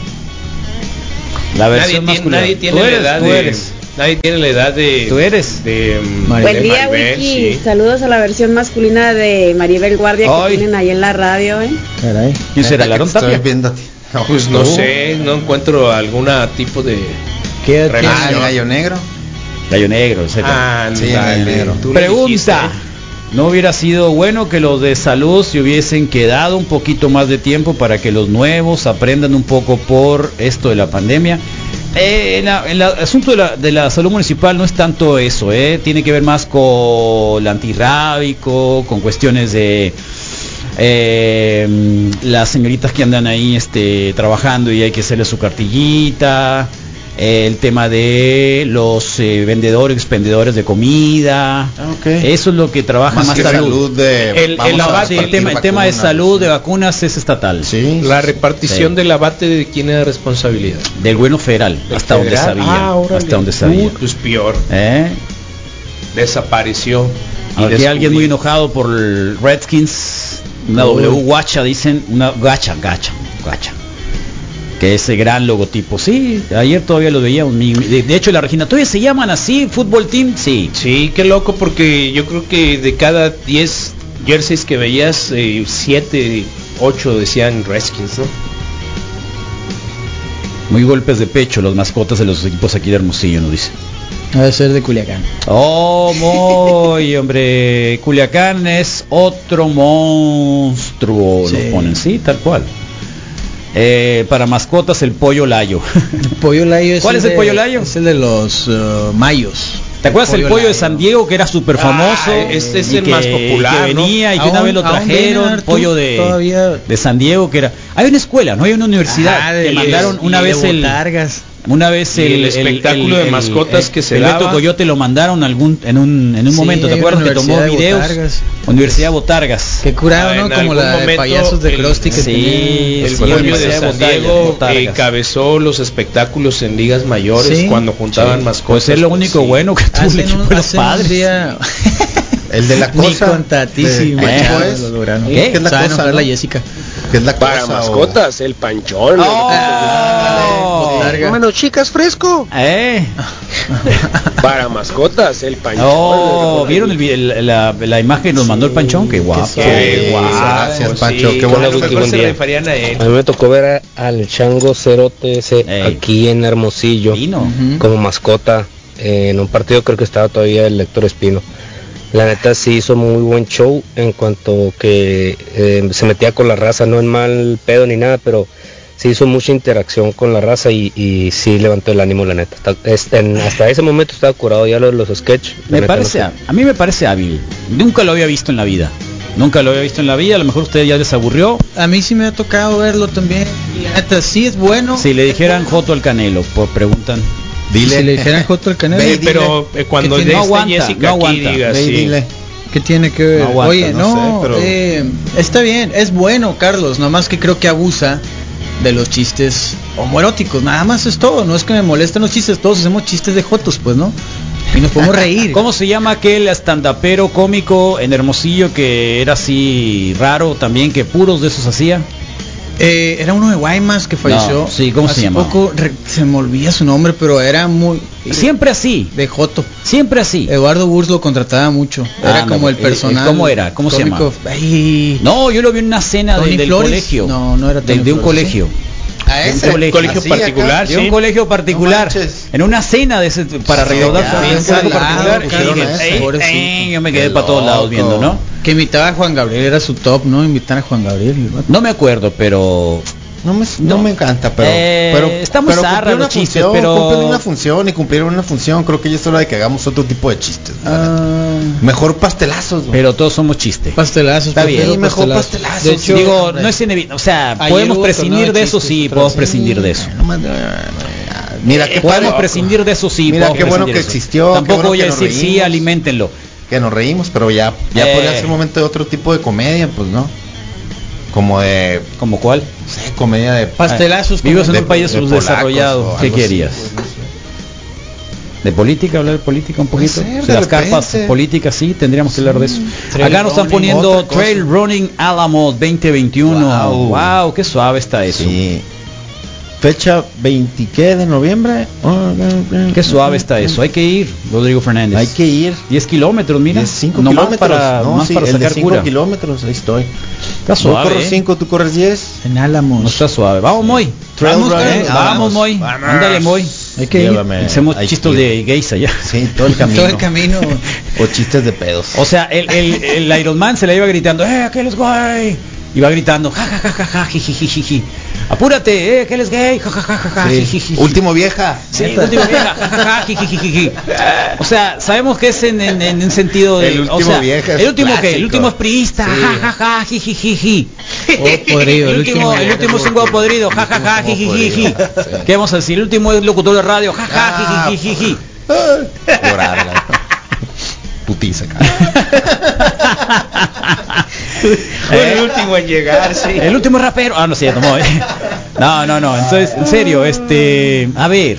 La Nadie versión tiene, masculina. nadie tiene Tú la eres, edad tú de. eres. Nadie tiene la edad de. Tú eres. de, mm, Maribel. Buen día, Maribel, Wiki. sí. Saludos a la versión masculina de Maribel Guardia que Ay. tienen ahí en la radio, ¿eh? Caray. ¿Quién será? Espera, que ¿Larón te estoy Tapia? viendo a ti. Pues no sé, no encuentro alguna tipo de. ¿Qué edad Relación. Ah, el gallo negro. Gallo Negro, etc. Ah, Sí, Ándale, negro. tú lo Pregunta. dijiste. ¿No hubiera sido bueno que los de salud se hubiesen quedado un poquito más de tiempo para que los nuevos aprendan un poco por esto de la pandemia? Eh, en la- en la- el asunto de la, de la salud municipal no es tanto eso, eh, tiene que ver más con el antirrábico, con cuestiones de eh, mm, las señoritas que andan ahí este, trabajando y hay que hacerle su cartillita, eh, el tema de los eh, vendedores, expendedores de comida, Ah, Eh, eso es lo que trabaja más, Más que salud. salud de- el, vamos el a abate, el repartir tema, el tema de vacunas. salud de vacunas es estatal, Sí. La repartición Sí. del abate de quién era responsabilidad. del gobierno federal, hasta donde Federal. sabía, Ah, órale. hasta donde Tú, sabía. pues peor. ¿Eh? Desapareció. Aquí descubrí- alguien muy enojado por el Redskins, una Uy. W guacha, dicen, una gacha, gacha, gacha. Que ese gran logotipo, sí, ayer todavía lo veía, un mi- de, de hecho la Regina, ¿todavía se llaman así, fútbol team? Sí. Sí, qué loco, porque yo creo que de cada 10 jerseys que veías, 7, 8 decían Redskins, ¿no? Muy golpes de pecho los mascotas de los equipos aquí de Hermosillo, nos dice. Ha de ser de Culiacán. Oh, muy, hombre, Culiacán es otro monstruo, Sí. lo ponen, sí, tal cual. Eh, para mascotas el pollo layo. El pollo layo es ¿Cuál es el de- pollo layo? Es el de los eh, mayos. ¿Te acuerdas el pollo, de layo. San Diego que era súper famoso? Ah, este es Y el más popular, que ¿no? venía y que una Aún- vez lo aún viene, trajeron, Arturo, pollo de, todavía- de San Diego que era. Hay una escuela, no hay una universidad. Ajá, que de- mandaron Ah, y una de vez el botargas. una vez Y el, el espectáculo de mascotas que se el Beto daba. Coyote lo mandaron algún en un en un Sí, momento, ¿te hay una acuerdas que tomó universidad de videos? Botargas. Universidad Botargas. Que curado, Ah, en ¿no? Como algún la de momento payasos de el- Krusty que sí, tenían- El Sí, pueblo de Universidad San Botargas, Diego Botargas. encabezó los espectáculos en ligas mayores Sí, cuando juntaban Sí. mascotas. Pues es lo único Sí. bueno que tuvo el Hacen equipo un, de los hacen un padres. día- El de la Ni cosa. contatísimo. de- Eh, Ya, pues, lo lograron. ¿Qué? ¿Qué es la Saben cosa, nombrar no? la Que es la Para cosa, o- mascotas, el panchón. Ah, Ah, Oh. Botarga. Bueno, chicas, fresco. Eh. Para mascotas, el panchón. Oh, ¿vieron el vi- el- la, la imagen que nos mandó el Panchón? Qué guapo. Qué Sí, guapo, gracias, sí. Pancho, qué bueno. A lo mejor se referían a él. A mí me tocó ver a- al chango cerote ese Ey. aquí en Hermosillo Vino. Ujú. como mascota eh, en un partido creo que estaba todavía el Héctor Espino. La neta sí hizo muy buen show en cuanto que eh, se metía con la raza, no en mal pedo ni nada, pero sí hizo mucha interacción con la raza y, y sí levantó el ánimo, la neta. Ta- es- en- hasta ese momento estaba curado ya lo de los sketch. la neta, Me no parece, sé. a a mí me parece hábil. Nunca lo había visto en la vida. Nunca lo había visto en la vida. A lo mejor usted ya les aburrió. A mí sí me ha tocado verlo también. Y la neta, sí es bueno. Si le dijeran Joto al Canelo, por preguntan. Dile. Si le dijeran Joto al Canelo. Ve Sí, y dile pero eh, cuando que esté no aguanta, no Jessica aquí, aguanta. diga, Ve y sí. dile. ¿Qué tiene que ver? No aguanta, Oye, no no, sé, pero- eh, está bien, es bueno, Carlos, nomás que creo que abusa de los chistes homoeróticos, nada más es todo, no es que me molesten los chistes, todos hacemos chistes de jotos, pues, ¿no? Y nos podemos reír. ¿Cómo se llama aquel estandapero cómico en Hermosillo que era así raro también, que puros de esos hacía? Eh, era uno de Guaymas que falleció. No, sí, ¿cómo se hace llamaba? poco, re- se me olvida su nombre, pero era muy Siempre así, de joto. siempre así. Eduardo Burs lo contrataba mucho. Era Ah, como no, el eh, eh, personal. ¿cómo era? ¿Cómo se cómico. Ay. No, yo lo vi en una cena de- ¿Tony del Flores? colegio. No, no era de, Tony de un Flores, colegio. Ah, A ese un colegio, colegio particular, de un sí. colegio particular, No manches. en una cena de ese, para Sí, recaudar ya, fondos, bien un colegio salado, particular, cabrón, y dije, ese, "Ey, pobrecito". ey", yo me quedé para todos lados viendo, ¿no? Que invitaba a Juan Gabriel, era su top, ¿no? Invitar a Juan Gabriel. No me acuerdo, pero No me, no me encanta, pero, Eh, pero está muy pero zarra cumplieron los una chistes, función, pero- cumplieron una función y cumplieron una función. Creo que ya es hora de que hagamos otro tipo de chistes. la Ah, neta. Mejor pastelazos. güey. Pero todos somos chistes. Pastelazos, Está bien. Pero Sí, mejor pastelazos. pastelazos. De hecho, digo, no es inevitable, o sea, Ayer podemos hubo prescindir torneo de de eso chistes, sí, pero podemos sí, prescindir de eso. Mira, qué podemos padre. prescindir de eso sí, Mira, podemos qué bueno que prescindir de eso. existió. qué Tampoco bueno voy a que nos decir sí, reímos, alimentenlo. Que nos reímos, pero ya, ya Eh. podría ser momento de otro tipo de comedia, pues no. Como de. ¿Como cuál? comedia de. Pastelazos, como Vivos en de- un país de polacos o subdesarrollado. ¿Qué algo así, querías? pues, ¿De política? ¿Hablar de política un poquito? ser, de, de las carpas repente. políticas, sí, tendríamos que hablar de eso. Trail Acá nos están running, poniendo otra cosa. Trail Running Alamo 2021. Wow. Wow. qué suave está eso. Sí. Fecha 20 ¿qué? de noviembre. Qué suave está eso. Hay que ir, Rodrigo Fernández. Hay que ir. 10 kilómetros, mira. 5 Nomás kilómetros. Para, no, nomás sí, para el de sacar cinco cura. kilómetros, ahí estoy. Está Yo suave. corro ¿eh? 5, tú corres 10. En Álamos. No está suave. Vamos, Moy. Trail vamos, running, Carlos. vamos, vamos. Moy. Vamos. Ándale, Moy. Hay que Llévame, ir. Hacemos hay chistos que ir. de gays allá. Sí, todo el camino. Todo el camino. O chistes de pedos. O sea, el, el, el Iron Man se la iba gritando, ¡eh, aquel es gay! Iba gritando, ja, ja, ja, ja, ja, ji, ji, ji, ji, ji. Apúrate, eh, aquel es gay, ja, ja, ja, ja, ja, ji, ji, ji, Sí. ji". Último vieja. ah, Sí, último vieja, ja, ja, ja, ji, ji, ji, ji, ji. O sea, sabemos que es en, en, en un sentido de... El último o sea, vieja es El último que, el clásico. último es priista, ja, ja, ja, ji, ji, ji, ji. Huevo podrido, Oh, el, el último, último. el último es un huevo podrido, ja, ja, ja, ji, ji, ji, ji. ¿Qué vamos a decir? El último es locutor de radio, ja, ja, Ah, ji, ji, ji, ji, ji. Llorar, la- Putiza, cara. el último en llegar, sí. El último rapero. Ah, no, sí, ya tomó, ¿eh? No, no, no. Entonces, en serio, este. A ver.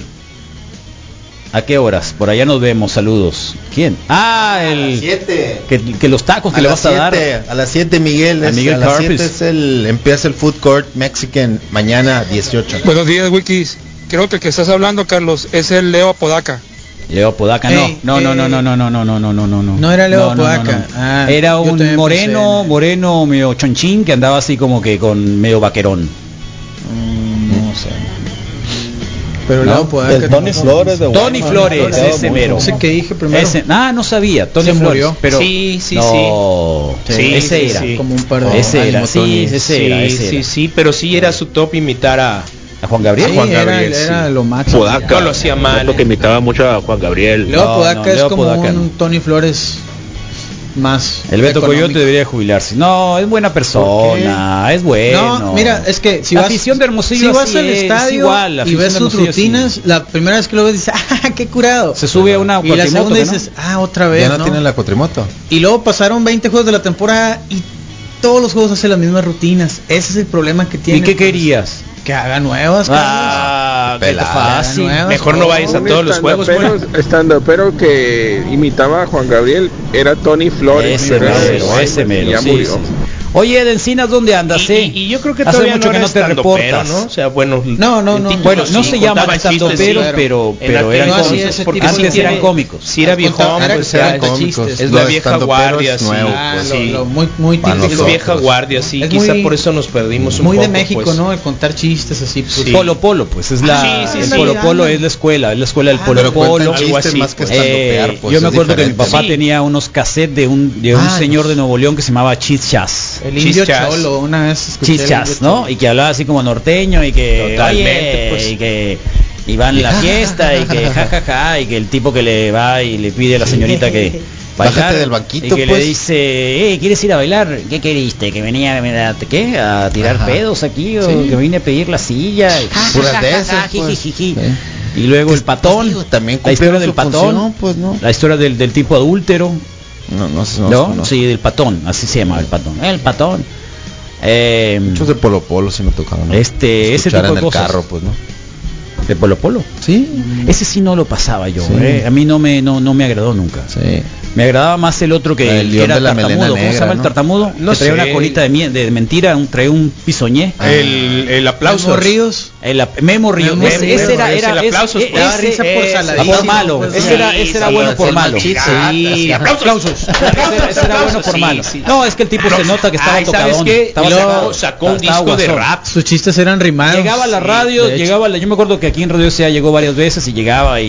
¿A qué horas? Por allá nos vemos, saludos. ¿Quién? Ah, el. 7. Que, que los tacos que A le las vas a dar. 7, a las 7 Miguel, A es, Miguel a las Carpis. 7 es el empieza el food court mexican mañana 18. Pues, Buenos días, Wikis. Creo que el que estás hablando, Carlos, es el Leo Apodaca. Leo Podaca, no. Ey, no, no, ey. no, no, no, no, no, no, no, no, no, no. No era Leo no, no, Podaca. no. Ah, era yo un también moreno, pensé en- moreno medio chonchín que andaba así como que con medio vaquerón. No sé. Pero No, pues, luego puede el Tony Flores Tony Flores, ese mero. No sé qué dije primero. Ese- ah, no sabía, Tony Se Flores, murió. pero Sí, sí, no, sí. Sí, ese sí, era. sí. Como un par de Ese era, ánimo, sí, Tony. ese sí, era, ese sí, era. sí, pero sí era su top imitar a A Juan Sí, Gabriel. Juan era, Gabriel, era sí. lo máximo. Podaca. No lo hacía mal. que imitaba mucho a Juan Gabriel. Leo No, Podaca no, es Leo como Podaca un no. Tony Flores más. el Beto económico. Coyote debería jubilarse. No, es buena persona, es bueno. No, mira, es que si La vas, afición de Hermosillo si vas así al es, es estadio igual, y la afición ves de sus Hermosillo así. rutinas, la primera vez que lo ves dices, ah, qué curado. se sube a una y la cuatrimoto, segunda ¿no? dices, ah, otra vez. Ya no, ¿no? tienen la cuatrimoto. Y luego pasaron 20 juegos de la temporada y todos los juegos hacen las mismas rutinas. Ese es el problema que tiene. ¿Y qué querías? Que haga nuevas. Carlos. Ah, qué Pelada. fácil. Nuevas, Mejor no vayas a todos los juegos. bueno. Estando, pero que imitaba a Juan Gabriel era Tony Flores. Ese Pero, mero, ay, ese pues, mero, ya sí, murió. sí, sí. Oye, de Encinas, ¿dónde andas? Y, eh? y- y yo creo que Hace todavía mucho no que era no te estandopero, reportas. ¿no? O sea, bueno, No, no, el no, título Bueno, sí, no se llaman contaba chistes, tanto pero, sí, claro. pero, En pero aquel eran no hacía cómicos. ese porque tipo de antes eran chistes. cómicos. Si era Al viejón, contrario, pues, eran ya, cómicos. es la vieja guardia, sí. nuevo, Ah, pues, lo- sí. lo muy, muy Para típico. Es nosotros. vieja guardia, sí, Es quizá muy- por eso nos perdimos un Muy de poco, México, pues. ¿no? El contar chistes así. pues. Sí. Polo Polo, pues es la Ah, sí, sí, el sí. Polo Polo es la escuela, es la escuela del Ah, Polo pero cuentan Polo, Eh, chistes más que estandopear, pues, yo me es acuerdo que mi diferente. papá Sí. tenía unos cassettes de un de un Ah, señor los- de Nuevo León que se llamaba Chichas. El indio Chichas. cholo, una vez escuché el Chichas, indio ¿no? Y que hablaba así como norteño y que Totalmente, oye, pues. y que iban a la fiesta y que jajaja y que el tipo que le va y le pide a la señorita que Bájate bailar, del banquito, y que le pues. dice, "Eh, ¿quieres ir a bailar? ¿Qué queriste? Que venía a, a- ¿qué? a tirar Ajá. pedos aquí o que vine a pedir la silla. Y- Puras de esas, Ji, pues. ji, ji, ji. Y luego el patón, Digo, también la historia cumplieron del su patón, función, pues, ¿no? la historia del, del tipo adúltero, No, no, no, ¿no? no, Sí, del patón, así se llama el patón. El patón. Eh, Muchos de Polo Polo sí me tocaron. ¿no? Este, ese Escuchar tipo de en el cosas. carro, pues, ¿no? de Polo Polo. Sí. Ese sí no lo pasaba yo. Sí. eh. A mí no me no, no me agradó nunca. Sí. Me agradaba más el otro que, El que león era de la tartamudo. melena ¿Cómo se negra, llama ¿no? el tartamudo? No que traía sé. una colita de, mie- de, de mentira, un, traía un pisoñé. Ah. El, el aplauso. Memo Ríos. El ap- Memo Ríos. Memo ese, ese Ríos, era, el era ese- aplauso, e- pues. ese- Risa por ese- saladísimo, por malo. pues. ese era, ese era Sí, bueno por sí, malo. sí, sí. aplausos. Ese era bueno por Sí, malo. sí. No, es que el tipo se nota que estaba Ay, ¿sabes tocadón. qué? Estaba Y luego tocado, sacó un estaba disco de guasón. rap. Sus chistes eran rimados. Llegaba a la Sí, radio, de hecho. llegaba a la, yo me acuerdo que aquí en Radio sea llegó varias veces y llegaba y,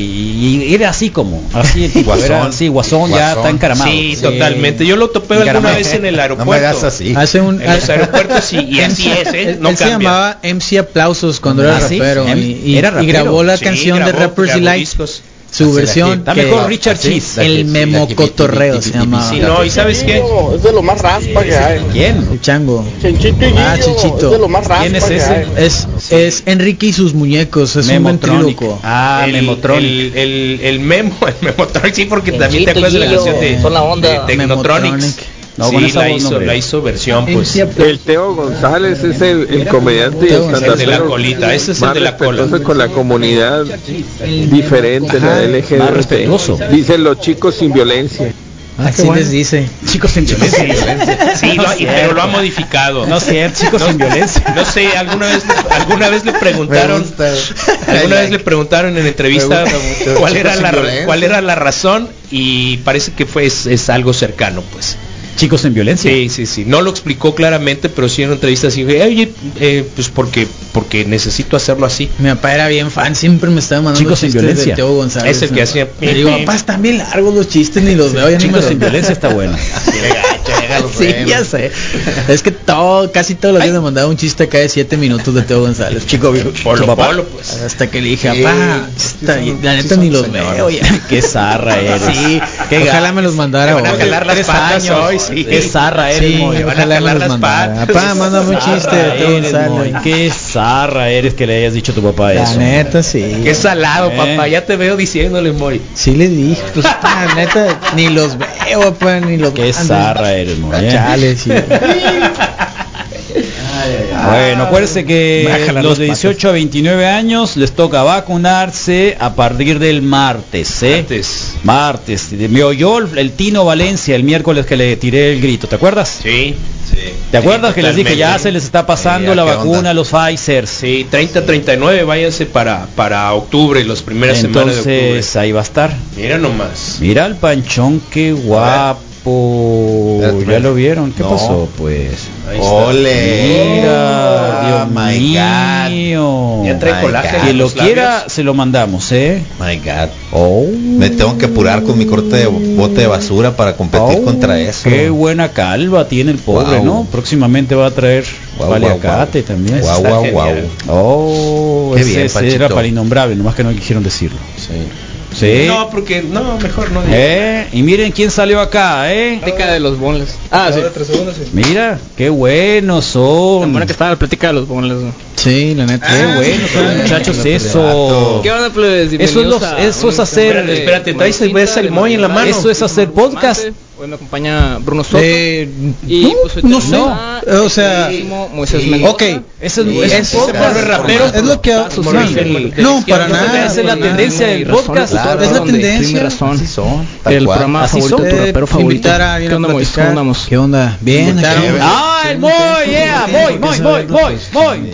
y era así como, así el tipo, Guasón. era así, guasón, ya Guasón. tan encaramado. Sí, totalmente. Yo lo topé alguna vez en el aeropuerto. No me hagas así. Hace un, En los aeropuertos y, y así es, ¿eh? Él- No él se cambia. llamaba MC Aplausos cuando era Ah, sí, rapero, em- y, y- era y rapero. grabó la Sí, canción de grabó- Rapper's grabó Delight. discos. Su Así la versión hit. Está mejor Richard Cheese. La El hit, sí, memo la hit, cotorreo se llamaba. Sí, no, ¿y sabes qué? Es de lo más raspa que hay. ¿Quién? El chango. Chinchito y Ah, Guillo, Chichito. Es de lo más raspa ¿Quién es que ese? hay. Es, es Enrique y sus muñecos, es un ventríloco. Ah, el, Memotronic. El, el, el Memo, el Memotronic, sí, porque también Chito te acuerdas de la Gillo, canción de, son la onda. de Technotronics. Memotronic. Ah, No, con sí, esa la voz, hizo, hombre. la hizo versión, pues. El Teo González es el, el comediante Teo González. santacero El de la colita, ese es el más de la cola. respetuoso con la comunidad diferente, Ajá, la más LGBT. respetuoso. Dicen los chicos sin violencia. Así les dice. Chicos en violencia. Sí, lo ha- y- pero lo ha modificado. No es cierto, chicos sin violencia. No sé, alguna vez, alguna vez le Me preguntaron, alguna vez le preguntaron en entrevista Me gusta mucho, chicos cuál era sin la violencia. cuál era la razón y parece que fue es, es algo cercano, pues. Chicos en violencia. Sí, sí, sí. No lo explicó claramente, pero sí en una entrevista así, dije, oye, eh, pues porque porque necesito hacerlo así. Mi papá era bien fan, siempre me estaba mandando Chicos sin chistes de violencia. Teo González. Es el que ¿no? hacía- Le digo, papá, están bien largos los chistes, ni los veo. Ya Chicos sin violencia está bueno. Sí, ya sé. Es que todo, casi todos los días me mandaba un chiste acá de 7 minutos de Teo González. Chico, Polo, papá. polo, pues. Hasta que le dije, papá, está bien, la neta ni los veo. ya. Qué zarra eres. Sí, ojalá me los mandara. van a hoy. jalar las Tres patas años. hoy, sí. Qué zarra eres, Sí, Moy, van a ojalá me jalar los las mandara. patas. Papá, mándame un Zarra chiste de Teo eres, González. Moy. Qué zarra eres que le hayas dicho a tu papá La eso. neta, sí. Qué salado, Eh. papá. Ya te veo diciéndole, Moy. Sí le dije, pues la neta, ni los veo, pues, ni los Qué zarra eres, Moy. eh. Chale, sí. Bueno, acuérdense Me va a que jalar los las de patas. 18 a 29 años les toca vacunarse a partir del martes, ¿eh? Martes. Martes. Me oyó el, el Tino Valencia el miércoles que le tiré el grito, ¿te acuerdas? Sí. ¿Te acuerdas Sí, que les dije ya totalmente. se les está pasando Sí, la ¿a qué vacuna onda? a los Pfizer? Sí, 30-39, váyanse para, para octubre, las primeras semanas de octubre. Entonces ahí va a estar. Mira nomás. Mira el panchón, qué guapo. Ya lo vieron, ¿qué Eh, No. pasó? Pues. Ahí está. Ole. Mira, Oh, Dios my God. mío. Ya trae Oh My colágeno God. Quien en lo los quiera, se lo mandamos, ¿eh? My God. Oh. Me tengo que apurar con mi corte de bote de basura para competir Oh, contra eso. Qué buena calva tiene el pobre, Guau. ¿no? Próximamente va a traer Guau, paliacate también. Guau, Está guau, genial. Oh, Qué ese, bien, ese Panchito. era para innombrable, nomás que no quisieron decirlo. Sí. Sí. No, porque no, mejor no. digas. Eh, y miren quién salió acá, ¿eh? Plática de los bonles. Ah, sí. Mira, qué buenos son. Bueno, que estaba la plática de los bonles. ¿no? Sí, la neta. Qué buenos son los muchachos eso. ¿Qué onda, plebes? Eso es, Bienvenidos los- a eso una es hacer. eh, edición de- Espérate, traes el- ves el moy en la mano. Eso es hacer podcast. Hoy me acompaña Bruno Soto. Eh, y no, pues hoy no tenemos sé. a- O sea, el mismo Moisés sí. Mendoza. ok. Ese es- Y ese es ese podcast. se vuelve rapero. Es lo que ha- Sus no, orígenes. no, para Esa nada. es la Para tendencia nada. del podcast. Claro, es la donde tendencia. Timmy Razón. Así son, tal El cual. programa Así favorito, son. tu rapero Eh, favorito. invitar a alguien ¿Qué a onda, Moisés? platicar. ¿Cómo andamos? ¿Qué onda? Bien, Invitar acá. a un- Ah, el Moy, yeah, Moy, Moy, Moy, Moy, Moy,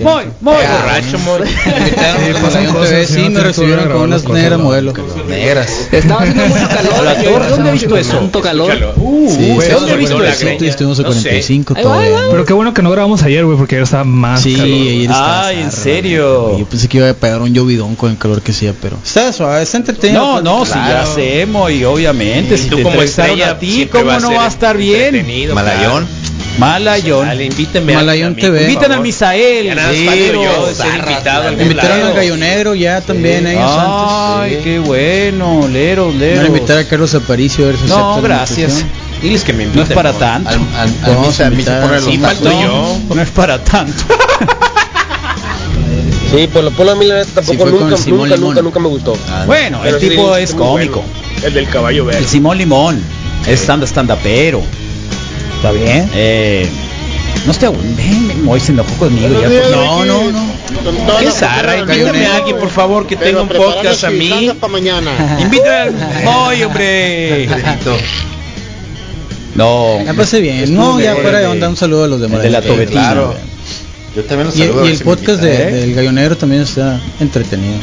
Moy, Moy. Borracho, Moy. Sí, pues, pasaron TV, sí, me recibieron con unas negras modelo. Negras. Estaba haciendo mucho calor. La yo- torre, ¿dónde he visto eso? Tanto calor. Uh, Sí, güey, estamos ¿dónde he a visto eso? 47 y estuvimos a No sé. 45 Ahí va, ahí todavía. va. Pero qué bueno que no grabamos ayer, güey, porque ya estaba Ah, más Sí, calor. ayer estaba Ay, en zarra, serio. güey. Yo pensé que iba a pegar un llovidón con el calor que hacía, pero... Está suave, está entretenido. No, no, si ya hacemos y obviamente Sí, si tú te como entrevistaron estrella a ti, siempre cómo va a no ser va a estar bien. entretenido, Malayón. Malayón. Dale, invíteme Malayón TV. Invitan a favor. Misael. Ya nada más Sí, falto yo o de ser sea, invitado a algún Invitaron lado. al Gallo Negro ya también ellos antes. Ay, qué bueno, Leros, Van a Leros. invitar a Carlos Aparicio a ver si acepta No, la gracias. invitación. Diles que me No inviten. es para Moy. tanto. Al, al, al Vamos Misa- a Misa invitar. pone los Sí, tacos. falto No, yo. no es para tanto. Sí, por lo polo a mí la neta tampoco Sí, fue con nunca, Simón nunca, Limón. nunca, nunca me gustó. Bueno, el Pero sí, tipo sí, es muy bueno. cómico. El del caballo El verde. Simón Limón es stand stand upero. ¿Está bien? Eh, no esté aún. Ven, ven, hoy se enojó conmigo. ya, por- No, no, no. Qué zarra, invítame a alguien, por favor, que tenga un podcast a mí. para mañana. Invita al Moy, hombre. No. La pasé bien. No, ya fuera de onda, un saludo a los demás. Eh, El de la tobetina. Claro. Yo también los Y, saludo. a y ver el si me podcast invitan. ¿eh? de- del Gallonero también está entretenido.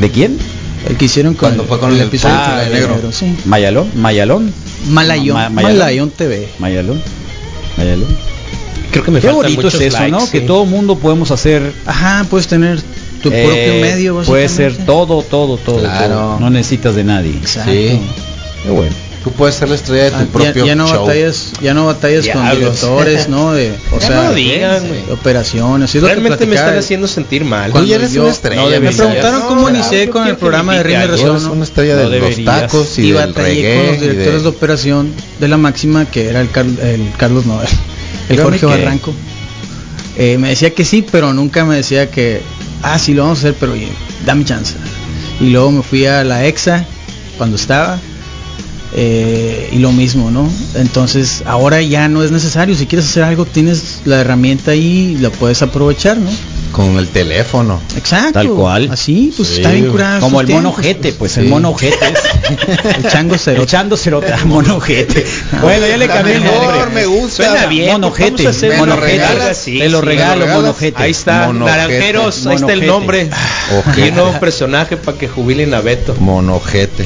¿De quién? El que hicieron con, Cuando fue con el episodio Ah, del el negro. Gallonero, sí. Mayalón, Mayalón, Malayón, Ma- Mayalón. Malayón TV. Mayalón, Mayalón. Creo que me Qué faltan bonito es muchos eso, likes, ¿no? sí. Que todo mundo podemos hacer Ajá, puedes tener tu eh, propio medio. Puede ser básicamente. todo, todo, todo. Claro. todo. No necesitas de nadie. Exacto. Sí. Qué bueno. Tú puedes ser la estrella de tu Ah, ya, propio ya no show. batallas, ya no batallas con Diablos. directores, ¿no? De, o Ya sea, no lo digan, güey. de operaciones. es lo que Realmente me platicaba están el- haciendo sentir mal. Cuando yo- no me deberías. preguntaron No, cómo claro, inicié yo con el quiero programa de Rima y criticar, yo Razón. soy ¿no? una estrella No de los deberías. tacos y, y del batallé con reggae. los directores y de de- operación de la máxima que era el, Carl- el Carlos Noel, el Dígame Jorge que- Barranco. Eh, me decía que sí, pero nunca me decía que, ah, sí lo vamos a hacer, pero oye, dame chance. Y luego me fui a la EXA cuando estaba. eh, y lo mismo, ¿no? Entonces ahora ya no es necesario. Si quieres hacer algo, tienes la herramienta ahí y la puedes aprovechar, ¿no? Con el teléfono. Exacto. Tal cual. Así, pues Sí, está bien güey. curado. Como el mono jete, pues el Sí. mono jete. es- El chango cerote. Ah. El chango cerote, ah, mono jete. Bueno, ya le Está cambié el mejor, nombre. me gusta. Suena bien. Mono pues, vamos a jete, hacer me mono lo jete. regalas, sí, Te lo sí, regalo, me lo mono regalas. jete. Ahí está, Mono Naranjeros, jete. ahí está el Mono nombre. Ojete. Y un nuevo personaje para que jubilen a Beto. Monojete.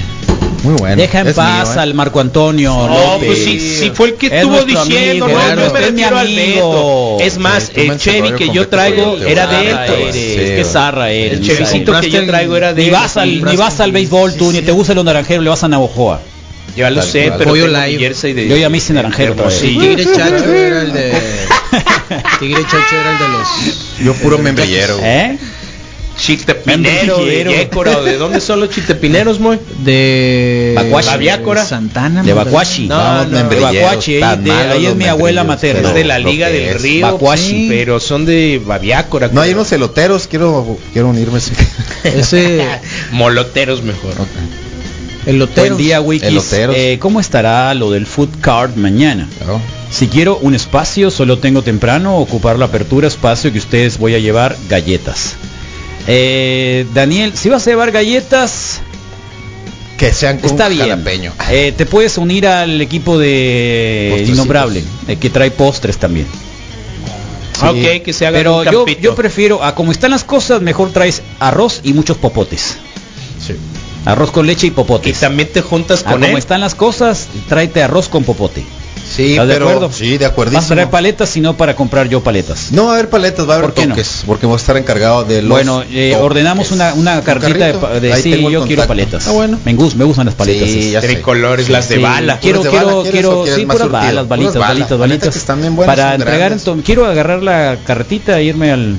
Muy bueno. Deja en Es paz mío, ¿eh? al Marco Antonio. No, López. pues si, si fue el que Es estuvo nuestro diciendo, amigo, no, claro. yo me Es mi refiero al amigo. Beto. Este Es más, tú me el Chevy encerraron que con yo Beto traigo Correa, era güey. de Ah, Beto. eres. güey. Sí, pues. Es que güey. zarra eres. El chevicito que yo traigo era de Ni él. vas al, ni vas al béisbol tú, ni te gusta lo naranjero, le vas a Navajoa. Ya lo Tal sé, cual. pero Pollo tengo live. mi jersey de Yo ya me hice naranjero. pues. otra vez. Hermosillo. Tigre Chacho era el de. Tigre Chacho era el de los. Yo puro membrillero. ¿Eh? Chitepinero, de Chitepinero. Yécora, ¿o ¿de dónde son los chitepineros, muy? De. Bacuachi. de Babiácora. Santana. De me parece. Bacuachi. No, Vamos, no, membrilleros, de Bacuachi, ahí tan de- malos ahí es los mi abuela membrillos, materna. Es pero de la lo Liga que del es. Río, Bacuachi. pero son de Babiácora. No hay unos eloteros, quiero, quiero unirme. Ese. moloteros mejor. El Buen lotero. día, Wikis. Eloteros. Eh, ¿Cómo estará lo del food card mañana? Claro. Si quiero un espacio, solo tengo temprano ocupar la apertura, espacio que ustedes voy a llevar galletas. Eh, Daniel, si vas a llevar galletas, Que sean con está bien. jalapeño. Eh, te puedes unir al equipo de El Postrecitos. Innombrable, eh, que trae postres también. Ah, ok, que se haga Pero un yo, campito. yo prefiero, a como están las cosas, mejor traes arroz y muchos popotes. Sí. Arroz con leche y Y popotes. también te juntas Ah, con como él. están las cosas, tráete arroz con popote. Sí, ¿Estás de pero- acuerdo? Sí, de Vas a traer acuerdísimo. paletas, sino para comprar yo paletas. No va a haber paletas, va a haber ¿Por qué no? toques, porque voy a estar encargado de los bueno, eh, toques. ordenamos una, una ¿Un cartita de, carrito? pa- de Ahí sí, tengo el yo quiero contacto. paletas. Ah, bueno. Me, gus- me gustan las paletas. Sí, ya sé. Tricolores, las de Sí, bala. Eh, Quiero, Este, ¿Puras de quiero, bala quieres o quiero, quieres sí, más puras surtido? balas, Puras balitas, balas. balitas, La neta balitas. que están bien buenas, para son entregar, grandes. entonces, quiero agarrar la carretita e irme al...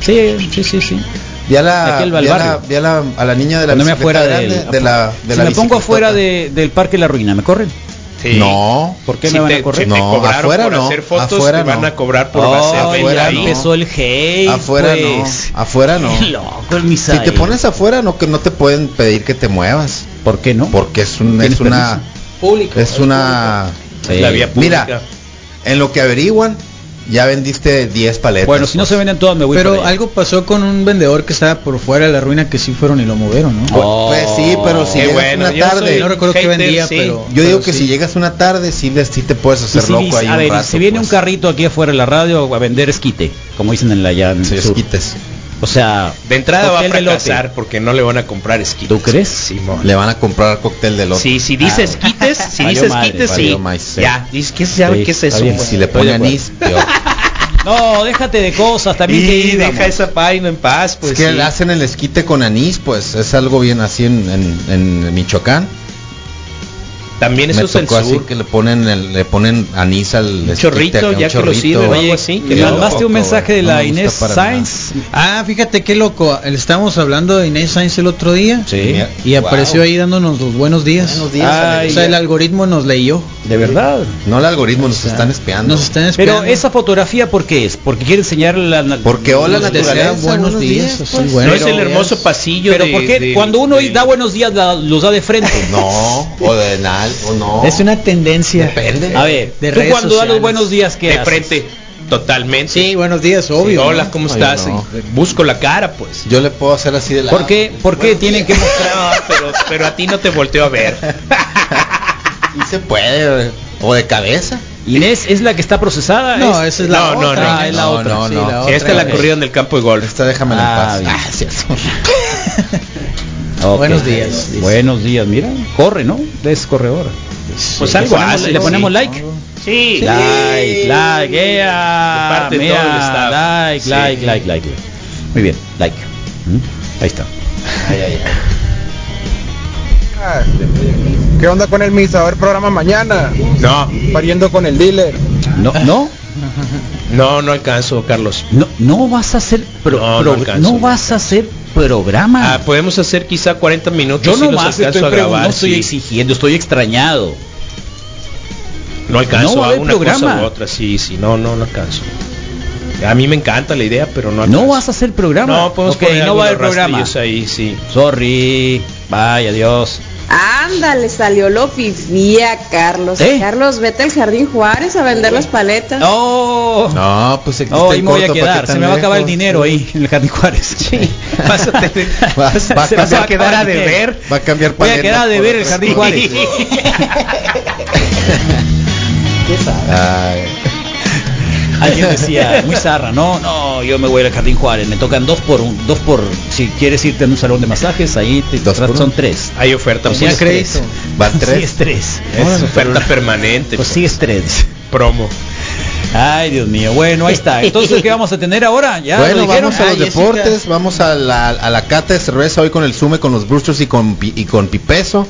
Sí, sí, sí, sí. Vi a la, Aquí al- al vi a la- barrio. vi a la- a la niña de la Ponerme bicicleta afuera grande, del- de la de si la me pongo bicicleta. afuera de- del Parque La Ruina, ¿me corren? Sí. No. ¿Por qué Si me van te- a correr? si te No, cobraron afuera por no, hacer fotos, afuera te van no. a cobrar por Oh, vaciar ya afuera no. empezó el hate, afuera pues. no, afuera no. Loco, el Si Misael. te pones afuera no que no te pueden pedir que te muevas, ¿Por qué no? porque es un ¿Tienes es una Público. es una Sí. La vía pública. Mira, en lo que averiguan ya vendiste 10 paletas. Bueno, si no se venden todas, me voy Pero para allá. algo pasó con un vendedor que estaba por fuera de la ruina que sí fueron y lo movieron, ¿no? Oh. Pues sí, pero si Qué llegas bueno, una yo tarde, soy- no recuerdo qué hater, vendía, sí. pero. yo digo pero que sí. si llegas una tarde sí, les- sí te puedes Y hacer si, loco dice- ahí a un ver, rato, si viene pues. un carrito aquí afuera de la radio a vender esquite, como dicen en la allá en Sí, el sur. esquites. O sea, De entrada va a cóctel de elote. fracasar porque no le van a comprar esquites. ¿Tú crees? Simón. Le van a comprar cóctel de lote. Sí, si dice Ah. esquites, si Valió dice madre, esquites, valió sí. maíz, sí. Ya, dice, ¿qué, sabe Sí, qué es está eso? bien. güey? Si le Estoy de pone anís, peor. No, déjate de cosas también. que Y íbamos. deja esa página en paz, pues. es que sí. hacen el esquite con anís, pues es algo bien así en, en- en Michoacán. También Me eso es el tocó así sur. que le ponen el- le ponen anís al esquite, chorrito, acá, un ya que lo chorrito. sirven, ¿no? Algo Oye, así, me que mandaste loco, un mensaje de güey. No la me gusta Inés para nada. Sainz. Ah, fíjate qué loco. Estábamos hablando de Inés Sainz el otro día. Sí. Y apareció Wow. ahí dándonos los buenos días. Buenos días, o Ay, sea, el ya. algoritmo nos leyó. De verdad. No el algoritmo, nos están espiando. Nos están esperando. Pero esa fotografía, ¿por qué es? Porque quiere enseñar la. la- Porque hola Nos desea naturaleza, buenos días. así, pues. bueno. no es el hermoso pasillo Pero de- porque de- cuando uno de- da buenos días la- los da de frente. No, o de nal, o no. Es una tendencia. Depende. A ver, De tú redes cuando das sociales. los buenos días que de frente, totalmente. Sí, buenos días, obvio. Hola, ¿no? ¿cómo Ay, estás? no. Busco la cara, pues. Yo le puedo hacer así de la ¿Por qué, por qué tienen que mostrar? No, pero, pero a ti no te volteo a ver. Sí se puede. güey. O de cabeza. Inés es la que está procesada. No, esa es la No, no, otra. no. Ah, es la No, otra. no, sí, no. la Esta otra. la corrieron del campo de golf. Esta déjame Ah, bien. Ok. Buenos días. Buenos días, mira. Corre, ¿no? Es corredora. Pues Le algo ponemos- hace, Le sí. ponemos like. Sí. Like, like, De yeah. parte de Mira, todo el staff. like, Sí. like, like, like, like. Muy bien, like. ¿Mm? Ahí está. ¿Qué onda con el misa? A ver, programa mañana. No, Pariendo con el dealer. No, no, no, no alcanzo, Carlos. no, no vas a hacer, pro- No, no pro- alcanzo. no vas a hacer programa. Ah, podemos hacer quizá 40 minutos. Yo si no los más alcanzo estoy, a pregun- grabar. no estoy sí. exigiendo, estoy extrañado. No alcanzo No va a a haber una programa. cosa u otra, sí, sí, no, no, no alcanzo. A mí me encanta la idea, pero no alcanzo. No vas a hacer programa. No, podemos Ok, poner no va a haber algunos programa. rastrillos ahí, sí. Sorry. Bye, adiós. Ándale, salió lo fifía, Carlos. ¿Eh? Carlos, vete al Jardín Juárez a vender las paletas. No. No, pues aquí No, está Oh, ahí el me voy a corto, ¿para quedar. qué Se tan me va a acabar el lejos? dinero ahí en el Jardín Juárez. Vas a tener- Va, vas a- va a se- vas cambiar a quedar a deber. Va a cambiar Voy a paletas quedar a por deber el otras Jardín cosas. Juárez. Ay. Alguien decía, muy zarra, no, no, yo me voy al Jardín Juárez, me tocan dos por un, dos por, si quieres irte a un salón de masajes, ahí te Dos por tratan- son uno. tres. Hay oferta Consigues pues, tres. Van Consigues tres. tres. Es oferta permanente. pues, Consigues Pues tres. Promo. Ay, Dios mío, bueno, ahí está. Entonces, ¿qué vamos a tener ahora? Ya lo bueno, dijeron. vamos a los Ay, Jessica. deportes, vamos a la, a la cata de cerveza hoy con el Sume, con los Brewsters y con, Pi- y con Pipeso.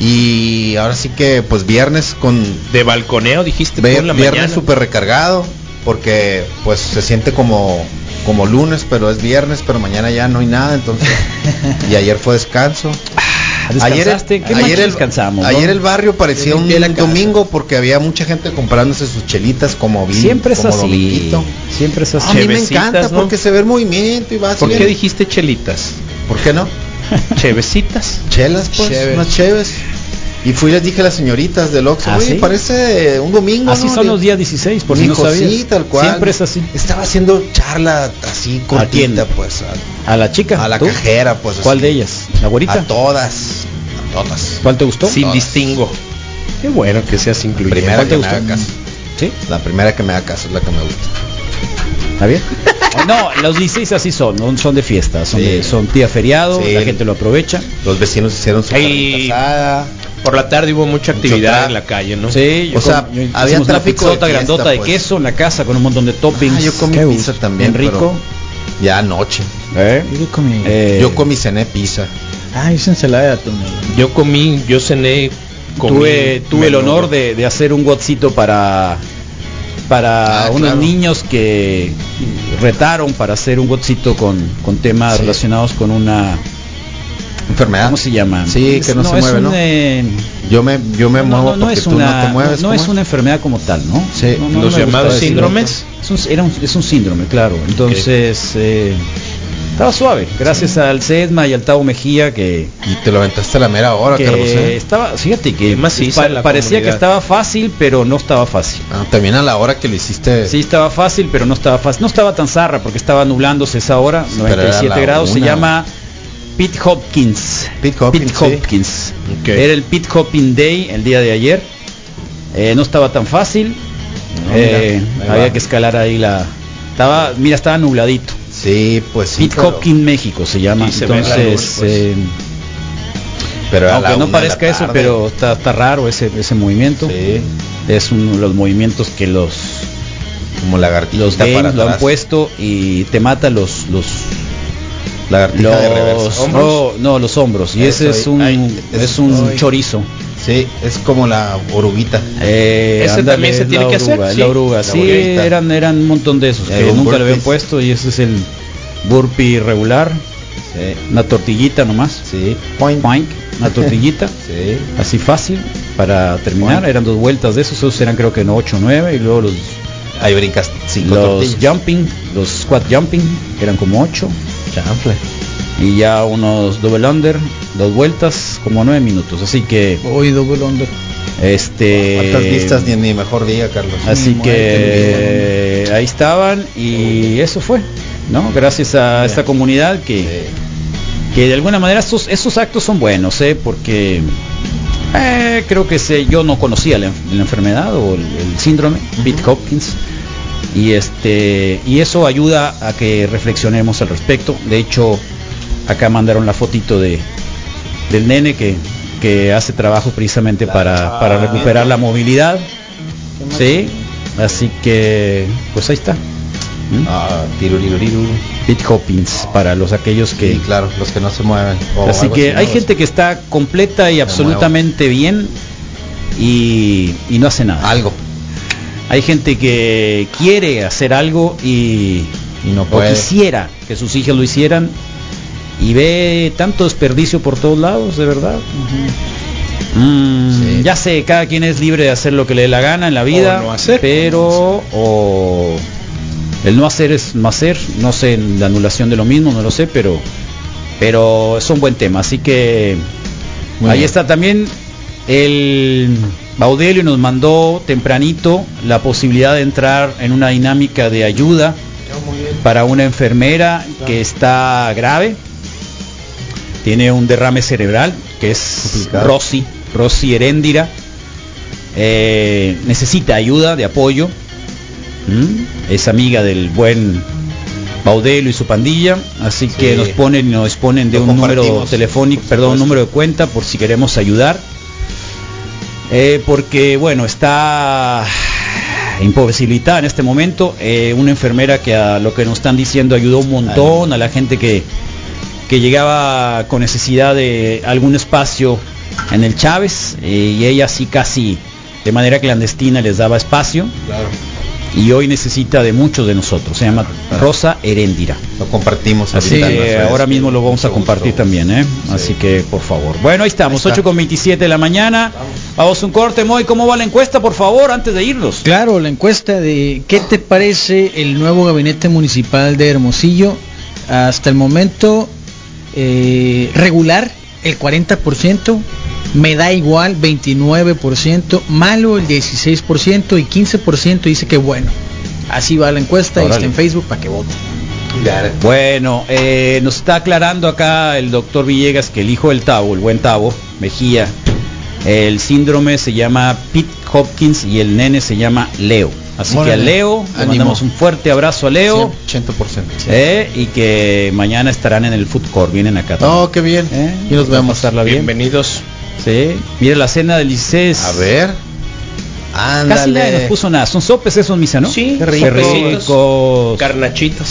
Y ahora sí que pues viernes con De balconeo dijiste ve- tú en la mañana. viernes súper recargado, porque pues se siente como como lunes, pero es viernes, pero mañana ya no hay nada, entonces y ayer fue descanso. Ah, ¿Descansaste? ¿Qué más ayer el- descansamos? no? ayer el barrio parecía Yo un limpié la casa. domingo porque había mucha gente comprándose sus chelitas como vi, Siempre es como así. dominguito. Siempre es A así. mí me Chevecitas, encanta ¿no? porque se ve el movimiento y vas. ¿Por y qué vienes. dijiste chelitas? ¿Por qué no? Chevecitas. Chelas, pues, Cheves. unas cheves. Y fui y les dije a las señoritas del Oxxo, ¿Ah, "Oye, sí? parece un domingo, Así ¿no?" son Le- los días 16, por si no Dijo, sabías. sí, tal cual. Siempre es así. Estaba haciendo charla así quién? cortita, pues, a, A la chica. a la ¿tú? cajera, pues. ¿Cuál así. de ellas? ¿La güerita? A todas, a todas. ¿Cuál te gustó? Sin Todas. distingo. Qué bueno que seas La incluyente. primera ¿Cuál te que me gustó? haga caso. ¿Sí? La primera que me haga caso es la que me gusta. ¿Está bien? Eh, No, los 16 así son, no son de fiesta, son, Sí. de- son día feriado, Sí. la gente lo aprovecha. Los vecinos hicieron su Ey. carnita asada. Por la tarde hubo mucha actividad tra- en la calle, ¿no? Sí, yo O sea, com- yo había hicimos una tráfico de pizzota fiesta, grandota de pues. queso en la casa con un montón de toppings. Ah, yo comí Qué pizza gusto, también, bien rico. Ya anoche. ¿Eh? Yo comí. Eh, Yo comí cené pizza. Ah, es ensalada de atún. Yo comí, yo cené, comí. tuve, tuve el menudo. honor de, de hacer un whatcito para para Ah, unos claro. niños que retaron para hacer un whatcito con, con temas Sí. relacionados con una Enfermedad. ¿cómo se llama? ¿Ah? Sí, que no, se es mueve, un, ¿no? eh, Yo me, yo me no, muevo no, no porque es tú no una te mueves. no, no ¿cómo es una enfermedad como tal, ¿no? Sí, No, no, no los me gusta llamados decirlo. síndromes. Es un, era un- es un síndrome, claro. Entonces eh, estaba suave, gracias al Sedma y al Tavo Mejía que Y te lo aventaste a la mera hora, que Carlos. ¿eh? estaba, fíjate que Qué maciza pa- la parecía comunidad. que estaba fácil, pero no estaba fácil. Ah, también a la hora que lo hiciste. Sí, estaba fácil, pero no estaba fácil. No estaba tan zarra porque estaba nublándose esa hora, Sí, pero era 97 la grados. Se una. llama Pete Hopkins. Pete Hopkins, sí. Hopkins. Ok. Era el Pete Hopkins Day el día de ayer. Eh, no estaba tan fácil. No, Eh, mira, ahí había va. que escalar ahí la. Estaba, mira, estaba nubladito. Sí, pues sí. Pete pero- Hopkins México se llama. Y se ve la luz, Entonces, pues. eh, Pero a la aunque una no de la parezca eso, tarde. pero está, está raro ese, ese movimiento. Sí, Es uno de los movimientos que los como lagartija. los games lo han atrás. puesto y te mata los los Lagartija de Oh, los reversa. no, no, los hombros y Eso, ese es ahí, un ahí, es eso, un ahí. chorizo Sí, es como la oruguita. Eh, Ese ándale, también se es tiene la que hacer, oruga, es sí. la oruga La sí oruguita. eran eran un montón de esos Eh, que un nunca lo habían burpees. puesto y ese es el burpee regular Sí, una tortillita nomás sí. Point. Poink, una tortillita Sí. así fácil para terminar Poink. eran dos vueltas de esos esos eran creo que no 8 o 9 y luego los Ahí brincas cinco los tortillas. jumping los squat jumping que eran como 8 pues, Chanfle. y ya unos double under, dos vueltas, como nueve minutos. Así que, Hoy double under. ¿Cuántas vistas ni este, en mi mejor día, Carlos? así Muerte, que ahí estaban y eso fue, ¿no? Gracias a esta comunidad que, que de alguna manera esos, esos actos son buenos, ¿eh? Porque eh, fue, creo que se, yo no conocía la, en- la enfermedad o el, el síndrome, Pete Hopkins. Y este y eso ayuda a que reflexionemos al respecto. De hecho, acá mandaron la fotito de del nene que, que hace trabajo precisamente para, para recuperar la movilidad. Sí, así que pues ahí está. Ah, Mm. Pete Hopkins para los aquellos que claro, los que no se mueven. o Así algo que ¿no? hay gente que está completa y absolutamente bien y, y no hace nada. Algo. Hay gente que quiere hacer algo y, no puede. quisiera que sus hijos lo hicieran y ve tanto desperdicio por todos lados, de verdad. Mm, Ya sé, cada quien es libre de hacer lo que le dé la gana en la vida, pero o el no hacer es no hacer, no sé, la anulación de lo mismo, no lo sé, pero pero es un buen tema, así que Muy ahí bien. está también el Baudelio nos mandó tempranito la posibilidad de entrar en una dinámica de ayuda para una enfermera que está grave, tiene un derrame cerebral, que es Rosy, Rosy Heréndira, Eh, necesita ayuda, de apoyo, ¿Mm? es amiga del buen Baudelo y su pandilla, así que nos ponen y nos disponen de un número telefónico, perdón, un número de cuenta por si queremos ayudar. Eh, porque bueno, está imposibilitada en este momento. eh, una enfermera que a lo que nos están diciendo ayudó un montón a la gente que, que llegaba con necesidad de algún espacio en el Chávez eh, y ella sí casi de manera clandestina les daba espacio y hoy necesita de muchos de nosotros. Se llama Rosa Heréndira. Lo compartimos. Así ahorita en que las redes. ahora mismo lo vamos a compartir también, ¿eh? Así que por favor. Bueno, ahí estamos, 8 con 27 de la mañana. Vamos a un corte, Moy. ¿Cómo va la encuesta, por favor, antes de irnos? Claro, la encuesta de ¿qué te parece el nuevo gabinete municipal de Hermosillo? Hasta el momento eh, regular el 40%, me da igual 29%, malo el 16% y 15% dice que bueno. Así va la encuesta y Órale. está en Facebook para que voten. Bueno, eh, nos está aclarando acá el doctor Villegas que el hijo del Tavo, el buen Tavo, Mejía, el síndrome se llama Pete Hopkins y el nene se llama Leo. Así que a Órale. Leo, le Ánimo. mandamos un fuerte abrazo a Leo. 80%. eh, y que mañana estarán en el food court, vienen acá. Oh, qué bien. Y nos vemos. Pasarla bien. Bienvenidos. Sí. Mira la cena del ICES. A ver. Casi nadie Ándale. nos puso nada. Son sopes esos, misa, ¿no? Sí. Qué rico. sopecitos, ricos. Carnachitas.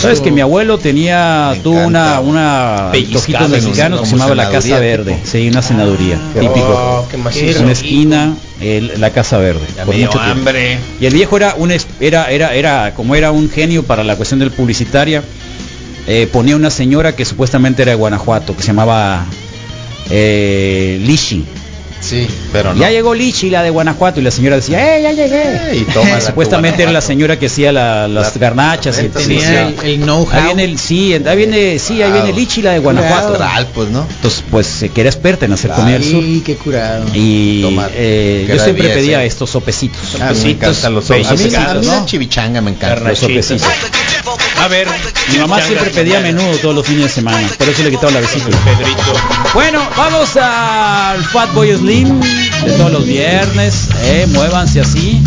Sabes que mi abuelo tenía, tuvo una, una Pellizcadas, antojitos mexicanos que se como llamaba la Casa cenaduría, Verde. Sí, una cenaduría. típico. rico. qué macizo. una esquina, el- la Casa Verde. por mucho tiempo. Y el viejo era un es- era era era como era un genio para la cuestión del publicitaria. eh, ponía una señora que supuestamente era de Guanajuato, que se llamaba eh, Lishi. Sí, pero no. Ya llegó Lishi, la de Guanajuato, y la señora decía, ¡eh, ya llegué! Y toma la supuestamente era la señora que hacía la- las garnachas y tortas, sí, sí. sí. Ahí viene el sí, en- ahí viene sí, ahí viene Lichi, la de Guanajuato. Claro, pues, ¿no? Entonces, pues eh, que era experta en hacer comida del sur. Ay, qué curado. Y eh, que yo era siempre 10, pedía eh. estos sopecitos. Ah, me encantan los sopes. A mí, a mí la chivichanga me encanta. Los sopecitos. A ver, mi mamá siempre pedía menudo todos los fines de semana, por eso le quitaba la vesícula. Bueno, vamos al Fatboy Slim de todos los viernes. Eh, muévanse así.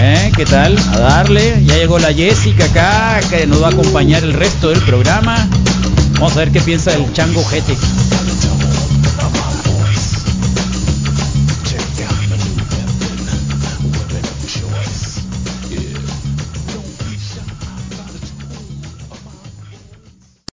Eh, ¿Qué tal? A darle. Ya llegó la Jessica acá, que nos va a acompañar el resto del programa. Vamos a ver qué piensa el chango Jete.